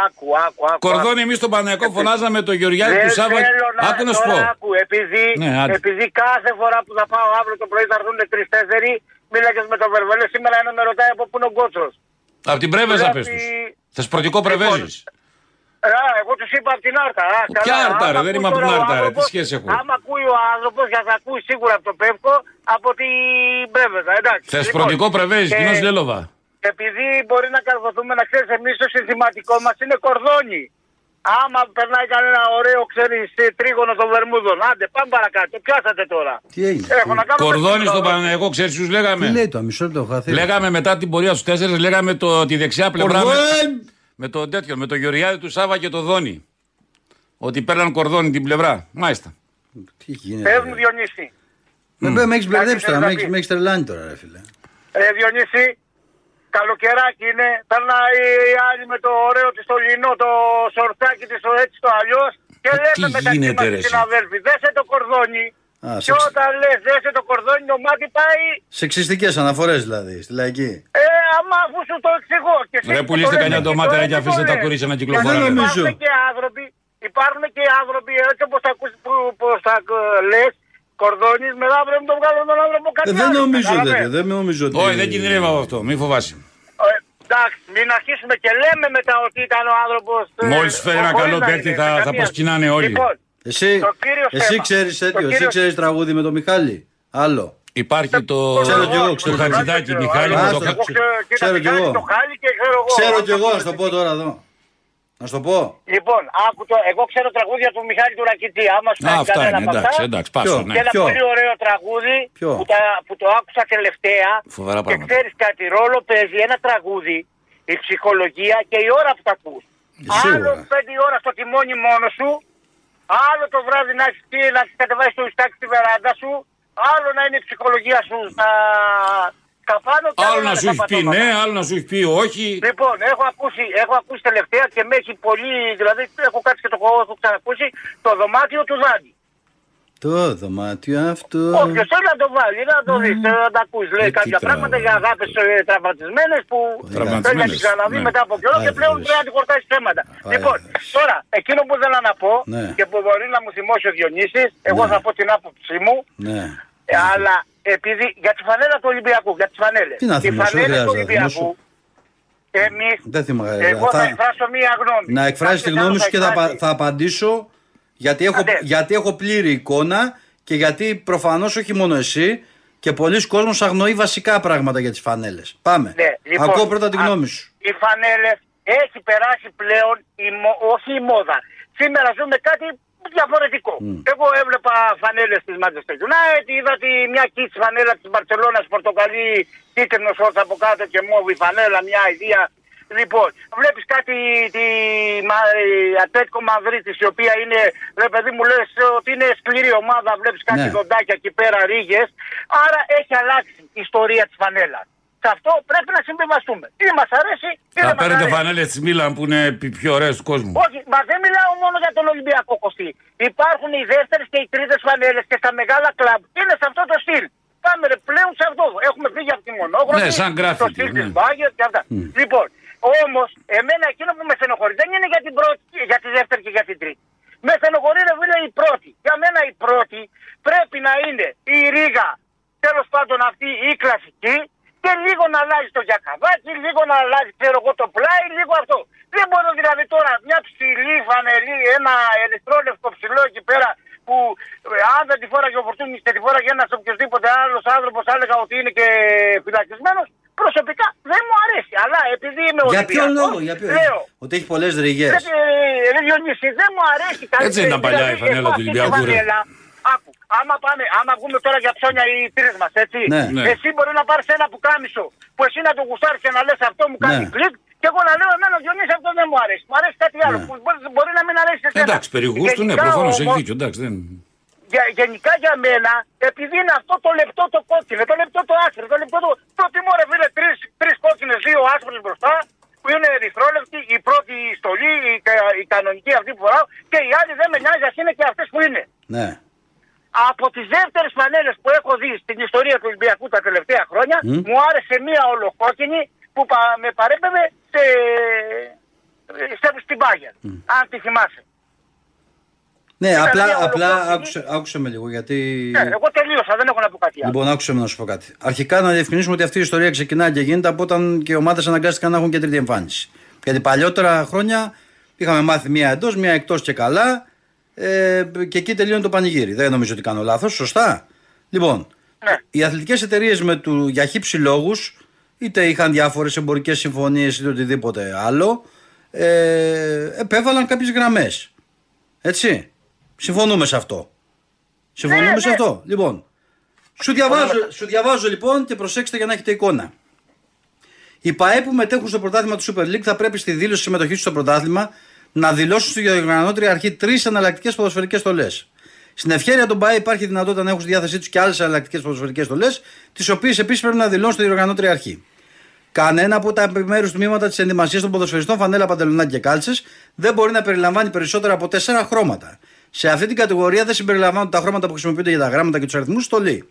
G: Άκου, άκου, άκου.
B: Κορδόνι, εμείς στον Παναγιακό φωνάζαμε το Γεωργιάδη
G: Ε, Δεν
B: του Σάβα.
G: θέλω να
B: Άκου να σου πω.
G: τώρα, άκου, επειδή,
B: Ναι, άντε.
G: επειδή κάθε φορά που θα πάω αύριο το πρωί θα έρθουν τρει-τέσσερι, μίλαγες με τον Βερβέλο. Σήμερα ένα με ρωτάει από πού είναι ο Κότσο.
B: Απ' την πρέβεζα
G: Δηλαδή-
B: πε του. Θεσπρωτικό
G: Λοιπόν,
B: πρεβέζεις.
G: Α, εγώ τους είπα από την Άρτα. Α, καλά.
B: Ποια Άρτα, ρε,
G: Άμα
B: δεν
G: ακούει
B: είμαι από την
G: τώρα ο
B: Άρτα, ρε, τι
G: άνθρωπος-
B: σχέση έχω.
G: Άμα ακούει ο άνθρωπος, για θα ακούει σίγουρα από το Πεύκο, από την Πρέβεζα. Εντάξει.
B: Θεσπρωτικό
G: Λοιπόν,
B: πρεβέζεις,
G: και Λοιπόν,
B: κοινός Λέλοβα.
G: Επειδή μπορεί να καρποθούμε, να ξέρεις, εμείς το συνθηματικό μας είναι κορδόνι. Άμα περνάει κανένα ωραίο, ξέρεις, τρίγωνο των Βερμούδων. Άντε, πάμε παρακάτω, πιάσατε τώρα.
A: Τι έγινε.
B: Ε,
G: Έχω να κάνω
B: Κορδόνι
G: με
B: στον
G: τον-
B: Παναγιακό, ξέρεις ποιους
A: Τι
B: λέγαμε.
A: λέει το μισό λεπτό, χαθεί.
B: Λέγαμε μετά την πορεία στους τέσσερις, λέγαμε το, τη δεξιά πλευρά. Με,
A: Κορδόνι!
B: με το τέτοιο, με το Γεωργιάδη του Σάβα και το Δόνι. Ότι παίρναν κορδόνι την πλευρά. Μάλιστα.
A: Τι γίνεται.
G: Πες
A: ρε.
G: μου, Διονύση.
A: Με- Με με έχεις μπερδέψει
G: Κάτι
A: τώρα, με
G: θέλει να
A: έχεις-
G: πει.
A: με έχεις τρελάνει τώρα, ρε φίλε.
G: Ε, Διονύση, καλοκαιράκι είναι. Περνάει η άλλη με το ωραίο της το λινό, το σορτάκι της, το έτσι το αλλιώς. Και
B: Ε, τι
G: λέμε μεταξύ
B: γίνεται,
G: μας
B: ρε, εσύ.
G: συναδέλφοι, δέσε το κορδόνι.
A: Α,
G: και
A: σεξ-
G: όταν λες, δέσε το κορδόνι, το μάτι πάει.
A: Σεξιστικές αναφορές δηλαδή στη λαϊκή.
G: Ε, άμα αφού σου το εξηγώ. Και εσύ
B: Ρε,
G: που
B: πουλήστε
G: το λες
B: κανένα
G: εκεί,
B: ντομάτα,
G: τώρα
B: ρε, και
G: δεν το
B: αφήστε τα
G: λες.
B: κορίτσια να
G: Γιατί
B: κυκλοφορούν.
A: Ε, Δεν νομίζω.
G: Υπάρχουν και άνθρωποι, υπάρχουν και άνθρωποι, έτσι όπως τα ακούσει που πως τα λες, κορδόνις, μετά πρέπει να τον βγάλουν τον άνθρωπο κάτι
A: Ε, Δεν
G: άλλο,
A: νομίζω
G: κατάλαβες.
A: τέτοιο, δεν νομίζω ότι.
B: Όχι, δεν κινδυνεύω από αυτό, μην φοβάσαι.
G: Ε, Εντάξει, μην αρχίσουμε και λέμε μετά ότι ήταν ο ε, άνθρωπο.
B: Μόλις φέρει ένα καλό
G: ε,
B: παίκτη θα- θα προσκυνάνε όλοι.
G: Λοιπόν,
A: Εσύ,
G: Το κύριο
A: εσύ
G: θέμα.
A: ξέρεις
G: Το
A: τέτοιο, εσύ
G: κύριο-
A: ξέρεις τραγούδι με τον Μιχάλη. Άλλο.
B: Υπάρχει το.
A: Ξέρω κι εγώ, ξέρω.
B: Το Χατζηδάκι, Μιχάλη,
A: Άστο,
B: με το
A: ξέρω.
B: χα-
A: Ξέρω
G: Ξέρω
A: κι εγώ.
G: Το χάλι και ξέρω εγώ.
A: Ξέρω κι εγώ, να σου το πω τώρα εδώ. Να σου το πω.
G: Λοιπόν, άκου το, εγώ ξέρω τραγούδια του Μιχάλη του Ρακητή. Άμα σου
B: Α,
G: κάνει
B: αυτά
G: κανένα
B: είναι,
G: από
B: εντάξει,
G: αυτά.
B: εντάξει, πάσο,
A: Ποιο?
B: ναι.
G: Και ένα
A: Ποιο?
G: πολύ ωραίο τραγούδι
A: Ποιο?
G: που, τα, που το άκουσα τελευταία.
B: Φοβερά
G: και
B: πράγματα.
G: ξέρεις κάτι, ρόλο παίζει ένα τραγούδι, η ψυχολογία και η ώρα που τα ακούς.
A: Ε,
B: Ε,
A: Σίγουρα.
G: Άλλος πέντε η ώρα στο τιμόνι μόνος σου Άλλο το βράδυ να έχεις πει να έχεις κατεβάσει το ιστάκι στη βεράντα σου, άλλο να είναι η ψυχολογία σου στα, στα πάνω και
B: Άλλο να
G: είναι
B: σου
G: στα
B: έχει πει
G: πατώματα.
B: ναι, άλλο να σου έχει πει όχι.
G: Λοιπόν, έχω ακούσει, έχω ακούσει τελευταία και με έχει πολύ. Δηλαδή, έχω κάτσει και το έχω- έχω ξανακούσει το δωμάτιο του Δάντη.
A: Το δωμάτιο αυτό.
B: Ε.
G: Όποιος θέλει να το βάλει, να το δει, να τα ακούσει. Λέει κάποια
A: τρα-
G: πράγματα
B: ε.
G: για αγάπες τραυματισμένες που πρέπει να τι
A: Τραυματισμένες,
G: ξαναδεί
A: ναι.
G: μετά από καιρό και πλέον πρέπει να τη χορτάσει θέματα. Λοιπόν, τώρα, εκείνο που ήθελα να πω
A: Ναι.
G: και που μπορεί να μου θυμώσει ο Διονύσης, εγώ θα πω την άποψή μου,
A: Ναι.
G: ε, αλλά επειδή για τη φανέλα του Ολυμπιακού, για τις φανέλες.
A: Τι να
G: Οι
A: θυμώσω,
G: φανέλες
A: δεν
G: του
A: χρειάζεται να
G: Ολυμπιακού,
A: θυμώσω. Ναι.
G: εμείς,
A: Δεν θυμάμαι. ε,
G: εγώ θα
A: θα,
G: εκφράσω μία γνώμη.
A: να εκφράσει τη
G: Κάποιος
A: γνώμη
G: άλλος
A: σου και θα,
G: εκφράσει.
A: πα- θα απαντήσω γιατί έχω, γιατί έχω πλήρη εικόνα και γιατί προφανώς όχι μόνο εσύ και πολλοί κόσμος αγνοεί βασικά πράγματα για τις φανέλες. Πάμε.
G: Ναι, λοιπόν,
A: Ακούω πρώτα τη
G: α-
A: γνώμη σου.
G: Οι φανέλες έχει περάσει πλέον η μο- όχι η μόδα. Σήμερα ζούμε κάτι διαφορετικό.
A: Mm.
G: Εγώ έβλεπα φανέλες της Manchester United, είδα τη, μια κίτς φανέλα της Μπαρσελόνα, πορτοκαλί, κίτρινο σόρτ από κάτω και μόβι φανέλα, μια ιδέα. Λοιπόν, βλέπεις κάτι τη Μα- η Ατλέτικο Μαδρίτης, η οποία είναι, ρε παιδί μου, λες ότι είναι σκληρή ομάδα. Βλέπεις κάτι
A: Ναι.
G: δοντάκια εκεί πέρα, ρίγες. Άρα έχει αλλάξει η ιστορία της φανέλα. Σε αυτό πρέπει να συμβιβαστούμε. Ή μας αρέσει
B: Θα
G: ή δεν μα
B: παίρνετε
G: αρέσει.
B: φανέλε της Μίλαν που είναι οι πιο ωραίε του κόσμου. Ε,
G: Όχι, μας δεν μιλάω μόνο για τον Ολυμπιακό Κωστή. Υπάρχουν οι δεύτερες και οι τρίτες φανέλε και στα μεγάλα κλαμπ. Είναι σε αυτό το στυλ. Πάμε ρε, πλέον σε αυτό. Έχουμε φύγει από τη μονόγραφη.
B: Ναι, σαν
G: Το
B: graffiti,
G: στυλ
B: ναι.
G: της Μπάγκερ και αυτά. Λοιπόν, όμως, εμένα εκείνο που με στενοχωρεί δεν είναι για την πρώτη, για τη δεύτερη και για την τρίτη. Με στενοχωρεί ρε φίλε η πρώτη. Για μένα η πρώτη πρέπει να είναι η Ρίγα, τέλος πάντων αυτή η κλασική, και λίγο να αλλάζει το γιακαβάκι, λίγο να αλλάζει ξέρω εγώ το πλάι, λίγο αυτό. Δεν μπορώ δηλαδή τώρα μια ψηλή φανελή, ένα ερυθρόλευκο ψηλό εκεί πέρα που ε, αν δεν τη φόραγε ο Φορτούνης και τη φόραγε ένας οποιοδήποτε άλλος άνθρωπος θα έλεγα ότι είναι και φυλακισμένος, προσωπικά δεν μου αρέσει. Αλλά επειδή είμαι ο
A: Για ποιο λόγο, για ποιο
G: λέω,
A: Ότι έχει πολλές ρηγές.
G: Πρέπει, ε, ρε Διονύση, δεν μου αρέσει δηλαδή καλύτερα.
A: Έτσι είναι τα παλιά η φανέλα του Ολυμπιακού, ρε.
G: Άκου, άμα, πάμε, άμα βγούμε τώρα για ψώνια οι τρει μας, έτσι.
A: Ναι. Ναι.
G: Εσύ μπορεί να πάρεις ένα πουκάμισο που εσύ να το γουστάρεις και να λες αυτό μου κάνει
B: Ναι.
G: κλικ. Και εγώ να λέω εμένα, Διονύση, αυτό δεν μου αρέσει. Μου αρέσει κάτι
A: Ναι.
G: άλλο. Που μπορεί, μπορεί να μην αρέσει σε σένα.
B: Εντάξει, περί γούστου, ναι,
G: Γενικά
B: προφανώς έχει
G: όμως,
B: δίκιο. Εντάξει, δεν...
G: για, γενικά για μένα, επειδή είναι αυτό το λεπτό το κόκκινο, το λεπτό το άσπρο, το λεπτό το. Προτιμώ ρε φίλε τρεις, τρεις κόκκινες, δύο άσπρες μπροστά, που είναι ερυθρόλευτη, η πρώτη η στολή, η, κα- η κανονική αυτή που φοράω, και οι άλλοι δεν με νοιάζει, ας είναι και αυτές που είναι.
A: Ναι.
G: Από τις δεύτερες φανέλες που έχω δει στην ιστορία του Ολυμπιακού τα τελευταία χρόνια,
A: Μμ.
G: μου άρεσε μία ολοκόκκινη που πα- με παρέπευε σε, σε- στην Bayern, αν τη θυμάσαι.
A: Ναι,
G: Ήταν
A: απλά,
G: μια
A: απλά
G: ολοκόκκινη.
A: άκουσε, άκουσε με λίγο γιατί.
G: Ναι, εγώ τελείωσα, δεν έχω να πω κάτι άλλο.
A: Λοιπόν, άκουσε με να σου πω κάτι. Αρχικά να διευκρινίσουμε ότι αυτή η ιστορία ξεκινάει και γίνεται από όταν και οι ομάδες αναγκάστηκαν να έχουν και τρίτη εμφάνιση. Γιατί παλιότερα χρόνια είχαμε μάθει μία εντός, μία εκτός και καλά. Ε, και εκεί τελειώνει το πανηγύρι. Δεν νομίζω ότι κάνω λάθος. Σωστά. Λοιπόν,
G: Ναι.
A: οι αθλητικές εταιρείες με του για χύψη λόγους, είτε είχαν διάφορες εμπορικές συμφωνίες είτε οτιδήποτε άλλο, ε, επέβαλαν κάποιες γραμμές. Έτσι. Συμφωνούμε σε
G: Ναι,
A: αυτό. Συμφωνούμε σε αυτό. Λοιπόν, σου διαβάζω, σου διαβάζω λοιπόν και προσέξτε για να έχετε εικόνα. Οι ΠαΕ που μετέχουν στο πρωτάθλημα του Super League θα πρέπει στη δήλωση συμμετοχή του στο πρωτάθλημα να δηλώσουν στη διοργανώτρια αρχή τρεις εναλλακτικές ποδοσφαιρικές στολές. Στην ευχέρεια των ΠαΕ υπάρχει δυνατότητα να έχουν στη διάθεσή τους και άλλες εναλλακτικές ποδοσφαιρικές στολές, τις οποίες επίσης πρέπει να δηλώσουν στη διοργανώτρια αρχή. Κανένα από τα επιμέρους τμήματα της ενδυμασίας των ποδοσφαιριστών, φανέλα, παντελονάκι και κάλτσες, δεν μπορεί να περιλαμβάνει περισσότερα από τέσσερα χρώματα. Σε αυτή την κατηγορία δεν συμπεριλαμβάνονται τα χρώματα που χρησιμοποιούνται για τα γράμματα και τους αριθμούς στολή.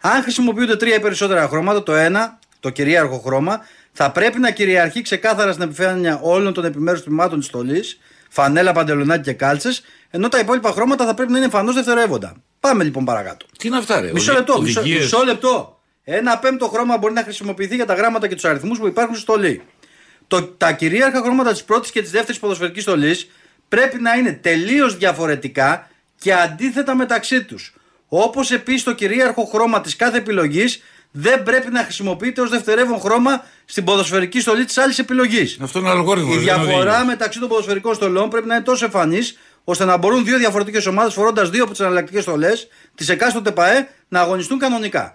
A: Αν χρησιμοποιούνται τρία ή περισσότερα χρώματα, το ένα, το κυρίαρχο χρώμα, θα πρέπει να κυριαρχεί ξεκάθαρα στην επιφάνεια όλων των επιμέρους τμήματων της στολής, φανέλα, παντελονάκι και κάλτσες, ενώ τα υπόλοιπα χρώματα θα πρέπει να είναι εμφανώς δευτερεύοντα. Πάμε λοιπόν παρακάτω.
B: Τι είναι αυτά, ρε.
A: Μισό
B: οδη-
A: λεπτό, μισό,
B: οδηγίες.
A: μισό λεπτό. Ένα πέμπτο χρώμα μπορεί να χρησιμοποιηθεί για τα γράμματα και τους αριθμούς που υπάρχουν στη στολή. Το, τα κυρίαρχα χρώματα της πρώτης και της δεύτερης ποδοσφαιρικής στολής πρέπει να είναι τελείως διαφορετικά και αντίθετα μεταξύ τους. Όπως επίσης το κυρίαρχο χρώμα της κάθε επιλογής δεν πρέπει να χρησιμοποιείται ως δευτερεύον χρώμα στην ποδοσφαιρική στολή της άλλης επιλογής.
B: Αυτό είναι αλγόριθμος.
A: Η
B: δεν είναι
A: διαφορά
B: οδηγίες.
A: μεταξύ των ποδοσφαιρικών στολών πρέπει να είναι τόσο εμφανής ώστε να μπορούν δύο διαφορετικές ομάδες φορώντας δύο από τις εναλλακτικές στολές τη εκάστοτε ΠαΕ να αγωνιστούν κανονικά.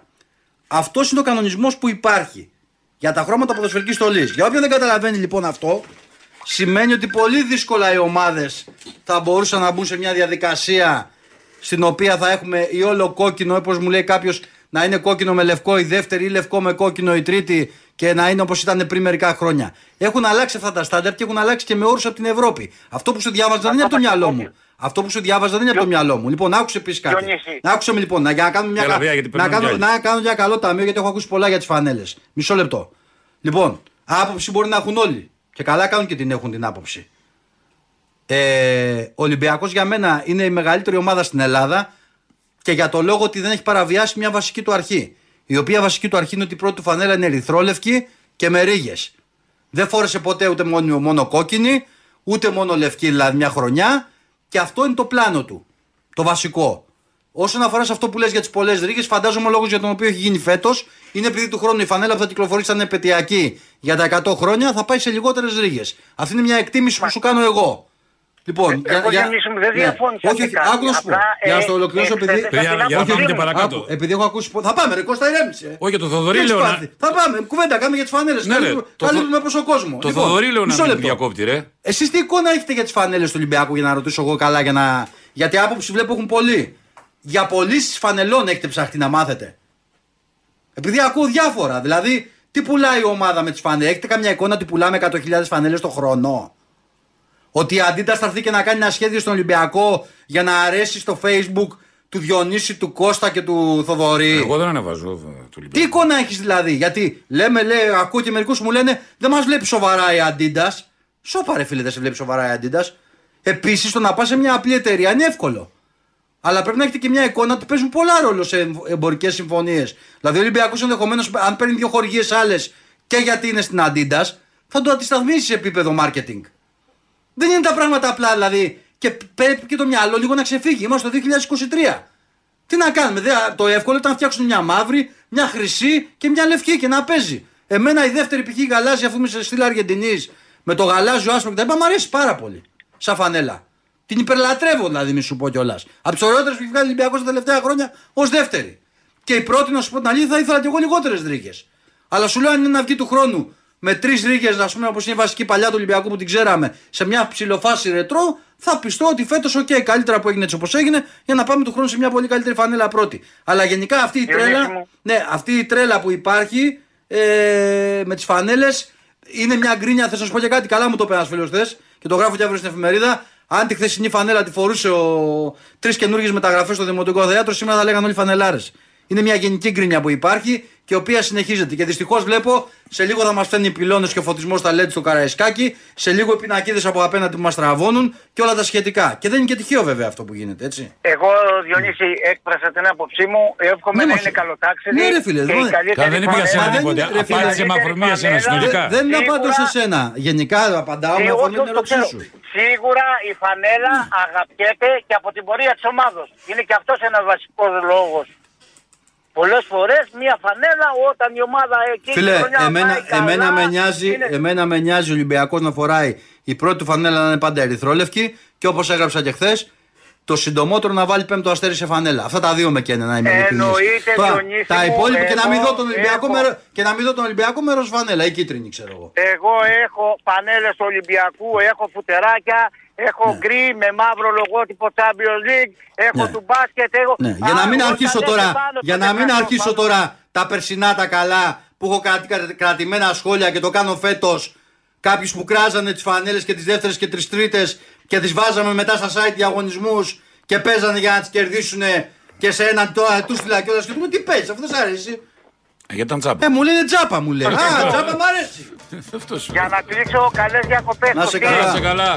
A: Αυτό είναι ο κανονισμός που υπάρχει για τα χρώματα ποδοσφαιρικής στολής. Για όποιον δεν καταλαβαίνει λοιπόν αυτό, σημαίνει ότι πολύ δύσκολα οι ομάδες θα μπορούσαν να μπουν σε μια διαδικασία στην οποία θα έχουμε ή όλο κόκκινο, όπως μου λέει κάποιος, να είναι κόκκινο με λευκό η δεύτερη ή λευκό με κόκκινο η τρίτη και να είναι όπως ήταν πριν μερικά χρόνια. Έχουν αλλάξει αυτά τα στάνταρ και έχουν αλλάξει και με όρους από την Ευρώπη. Αυτό που σου διάβαζα δεν είναι από το μυαλό μου. Αυτό που σου διάβαζα δεν είναι από το μυαλό μου. Λοιπόν, άκουσε επίσης κάτι. Άκουσε με λοιπόν, να, για να κάνουμε μια,
B: Έλα,
A: κα-
B: Βία, γιατί
A: να,
B: παίρνουν κι
A: κάνω,
B: άλλοι.
A: να κάνω για καλό ταμείο γιατί έχω ακούσει πολλά για τις φανέλες. Μισό λεπτό. Λοιπόν, άποψη μπορεί να έχουν όλοι. Και καλά κάνουν και την έχουν την άποψη. Ε, ο Ολυμπιακός για μένα είναι η μεγαλύτερη ομάδα στην Ελλάδα και για το λόγο ότι δεν έχει παραβιάσει μια βασική του αρχή. Η οποία βασική του αρχή είναι ότι η πρώτη του φανέλα είναι ερυθρόλευκη και με ρίγες. Δεν φόρεσε ποτέ ούτε μόνο, μόνο κόκκινη, ούτε μόνο λευκή, δηλαδή μια χρονιά. Και αυτό είναι το πλάνο του. Το βασικό. Όσον αφορά σε αυτό που λες για τις πολλές ρίγες, φαντάζομαι ο λόγος για τον οποίο έχει γίνει φέτος είναι επειδή του χρόνου η φανέλα που θα κυκλοφορήσει θα είναι επαιτειακή για τα 100 χρόνια, θα πάει σε λιγότερες ρίγες. Αυτή είναι μια εκτίμηση που σου κάνω εγώ. Λοιπόν,
G: εγώ, Γιάννη μου, δεν διαφώνησα
A: ναι. Όχι, όχι,
G: με κάτι.
A: άκου να σου πω.
G: Απλά,
A: Για να
G: ε,
A: στο ολοκληρώσω,
G: ε,
A: επειδή.
G: ξέρετε, Παιδιά, κάτι για να άποψή πάμε και μου. παρακάτω.
A: Άκου, επειδή έχω ακούσει. πο- Θα πάμε, ρε Κώστα, ηρέμησε.
B: Όχι, το Θοδωρή λέω να-
A: Θα πάμε, κουβέντα, κάνουμε για τις φανέλες.
B: Ναι, ρε, το
A: Καλύπτουμε
B: Θο-
A: πόσο κόσμο.
B: Το
A: Λοιπόν,
B: Θοδωρή λέω
A: μισό
B: να μην
A: λεπτό.
B: διακόπτη, ρε.
A: Εσείς τι εικόνα έχετε για τις φανέλες του Ολυμπιακού για να ρωτήσω εγώ καλά, για να... γιατί άποψη βλέπω έχουν πολλοί. Για πωλήσεις φανελών έχετε ψαχτεί να μάθετε. Επειδή ακούω διάφορα. Δηλαδή, τι πουλάει η ομάδα με τις φανέλε. Έχετε καμιά εικόνα ότι πουλάμε 100.000 φανέλες το χρόνο. Ότι η Αντίτα θα έρθει και να κάνει ένα σχέδιο στον Ολυμπιακό για να αρέσει στο Facebook του Διονύση, του Κώστα και του Θοδωρή.
B: Εγώ δεν ανεβάζω ε, του Ολυμπιακού.
A: Τι εικόνα έχεις δηλαδή, Γιατί λέμε, λέει, ακούω και μερικούς μου λένε Δεν μας βλέπει σοβαρά η Αντίντας. Σόπα, ρε φίλε, δεν σε βλέπει σοβαρά η Αντίντας. Επίσης, το να πας σε μια απλή εταιρεία είναι εύκολο. Αλλά πρέπει να έχετε και μια εικόνα ότι παίζουν πολλά ρόλο σε εμπορικές συμφωνίες. Δηλαδή, ο Ολυμπιακός ενδεχομένως, αν παίρνει δύο χορηγίες άλλες και γιατί είναι στην Αντίντα, θα το αντισταθμίσει σε επίπεδο marketing. Δεν είναι τα πράγματα απλά, δηλαδή. Και πρέπει και το μυαλό λίγο να ξεφύγει. Είμαστε το 2023. Τι να κάνουμε, δε, το εύκολο ήταν να φτιάξουν μια μαύρη, μια χρυσή και μια λευκή και να παίζει. Εμένα η δεύτερη πηγή γαλάζια, αφού είμαι σε στυλ Αργεντινής, με το γαλάζιο άσπρο και τα είπα, μου αρέσει πάρα πολύ. Σαν φανέλα. Την υπερλατρεύω δηλαδή, μη σου πω κιόλας. Από τι ωραιότερε που έχει βγάλει ο Ολυμπιακός τα τελευταία χρόνια ως δεύτερη. Και η πρώτη, να σου πω την αλήθεια, θα ήθελα κι εγώ λιγότερες ρίγες. Αλλά σου λέω αν είναι να βγει του χρόνου με τρεις ρίγες, α πούμε, όπως είναι η βασική παλιά του Ολυμπιακού που την ξέραμε, σε μια ψηλοφάση ρετρό, θα πιστώ ότι φέτος, οκ, καλύτερα που έγινε έτσι όπως έγινε, για να πάμε του χρόνου σε μια πολύ καλύτερη φανέλα πρώτη. Αλλά γενικά αυτή η
G: Διονύση
A: τρέλα,
G: μου.
A: ναι, αυτή η τρέλα που υπάρχει ε, με τις φανέλες είναι μια γκρίνια. Θες να σου πω και κάτι, καλά μου το είπε ένα φίλος θες και το γράφω και αύριο στην εφημερίδα. Αν τη χθεσινή φανέλα τη φορούσε ο τρεις καινούργιες μεταγραφές στο Δημοτικό Θέατρο, σήμερα θα λέγανε όλοι φανελάρες. Είναι μια γενική γκρίνια που υπάρχει και η οποία συνεχίζεται. Και δυστυχώς βλέπω σε λίγο θα μας φέρνει πυλώνες και ο φωτισμός στα LED στο Καραϊσκάκι, σε λίγο οι πινακίδες από απέναντι που μας τραβώνουν και όλα τα σχετικά. Και δεν είναι και τυχαίο βέβαια αυτό που γίνεται, έτσι.
G: ε, Εγώ, Διονύση, έκφρασα την άποψή μου. Εύχομαι να είναι καλοτάξιδη.
A: Ναι, ρε φίλε,
G: και
A: δεν-
G: η καλύτερη
B: Καλά, δεν είπε για σένα
G: φανέλα-
A: δεν
B: τίποτε.
A: είναι, ρε, φίλε,
B: Απάντησε
G: δεν
B: με
G: είναι
B: αφορμή για σένα
G: κανένα.
B: συνολικά.
A: Δεν είναι απάντω σε
G: Σίγουρα-
A: σένα. Γενικά απαντάω
G: Ε,
A: με
G: όχι,
A: αφορμή την
G: όχι, το
A: ερώτησή
G: ξέρω.
A: σου.
G: Σίγουρα η φανέλα αγαπιέται και από την πορεία της ομάδα. Είναι και αυτός ένας βασικός λόγος. Πολλές φορές μια φανέλα όταν η ομάδα εκεί. η
A: Φίλε,
G: χρονιά
A: εμένα,
G: πάει καλά,
A: εμένα, με νοιάζει,
G: είναι-
A: εμένα με νοιάζει ο Ολυμπιακός να φοράει η πρώτη του φανέλα να είναι πάντα ερυθρόλευκη και όπως έγραψα και χθες, το συντομότερο να βάλει πέμπτο αστέρι σε φανέλα. Αυτά τα δύο με καίνε να είμαι ειλικρινής.
G: Εννοείται,
A: Τώρα,
G: Διονύση
A: Τα
G: μου,
A: υπόλοιπα και να μην
G: εγώ
A: δω τον Ολυμπιακό
G: έχω-
A: με ρο- και να μην δω τον Ολυμπιακό με ροζ φανέλα ή κίτρινη, ξέρω εγώ.
G: Εγώ έχω φανέλες του Ολυμπιακού, έχω φουτεράκια, έχω γκρι με μαύρο λογότυπο Champions League, έχω
A: Ναι.
G: του μπάσκετ, έχω.
A: Ναι, για
G: Α,
A: να μην
G: όταν
A: αρχίσω
G: δεν
A: τώρα,
G: σε βάλω,
A: για
G: τότε
A: να μην
G: κάνω
A: αρχίσω
G: πάνω.
A: τώρα τα περσινά τα καλά που έχω κρατη- κρατη- κρατημένα σχόλια και το κάνω φέτος. Κάποιους που κράζανε τις φανέλες και τις δεύτερες και τις τρίτες και τις βάζαμε μετά στα site διαγωνισμούς και παίζανε για να τις κερδίσουν και σε έναν τώρα του στείλα κιόλα και του λέω, Τι παίζεις, αυτό δεν σ' αρέσει.
B: Ε, Γιατί ήταν τσάμπα.
A: Ε, μου λένε τζάπα, μου λένε. Α, τζάπα, μ' αρέσει.
B: Αυτό σου.
G: Για να κλείσω καλές διακοπές.
A: Να σε καλά.
B: Να είσαι καλά.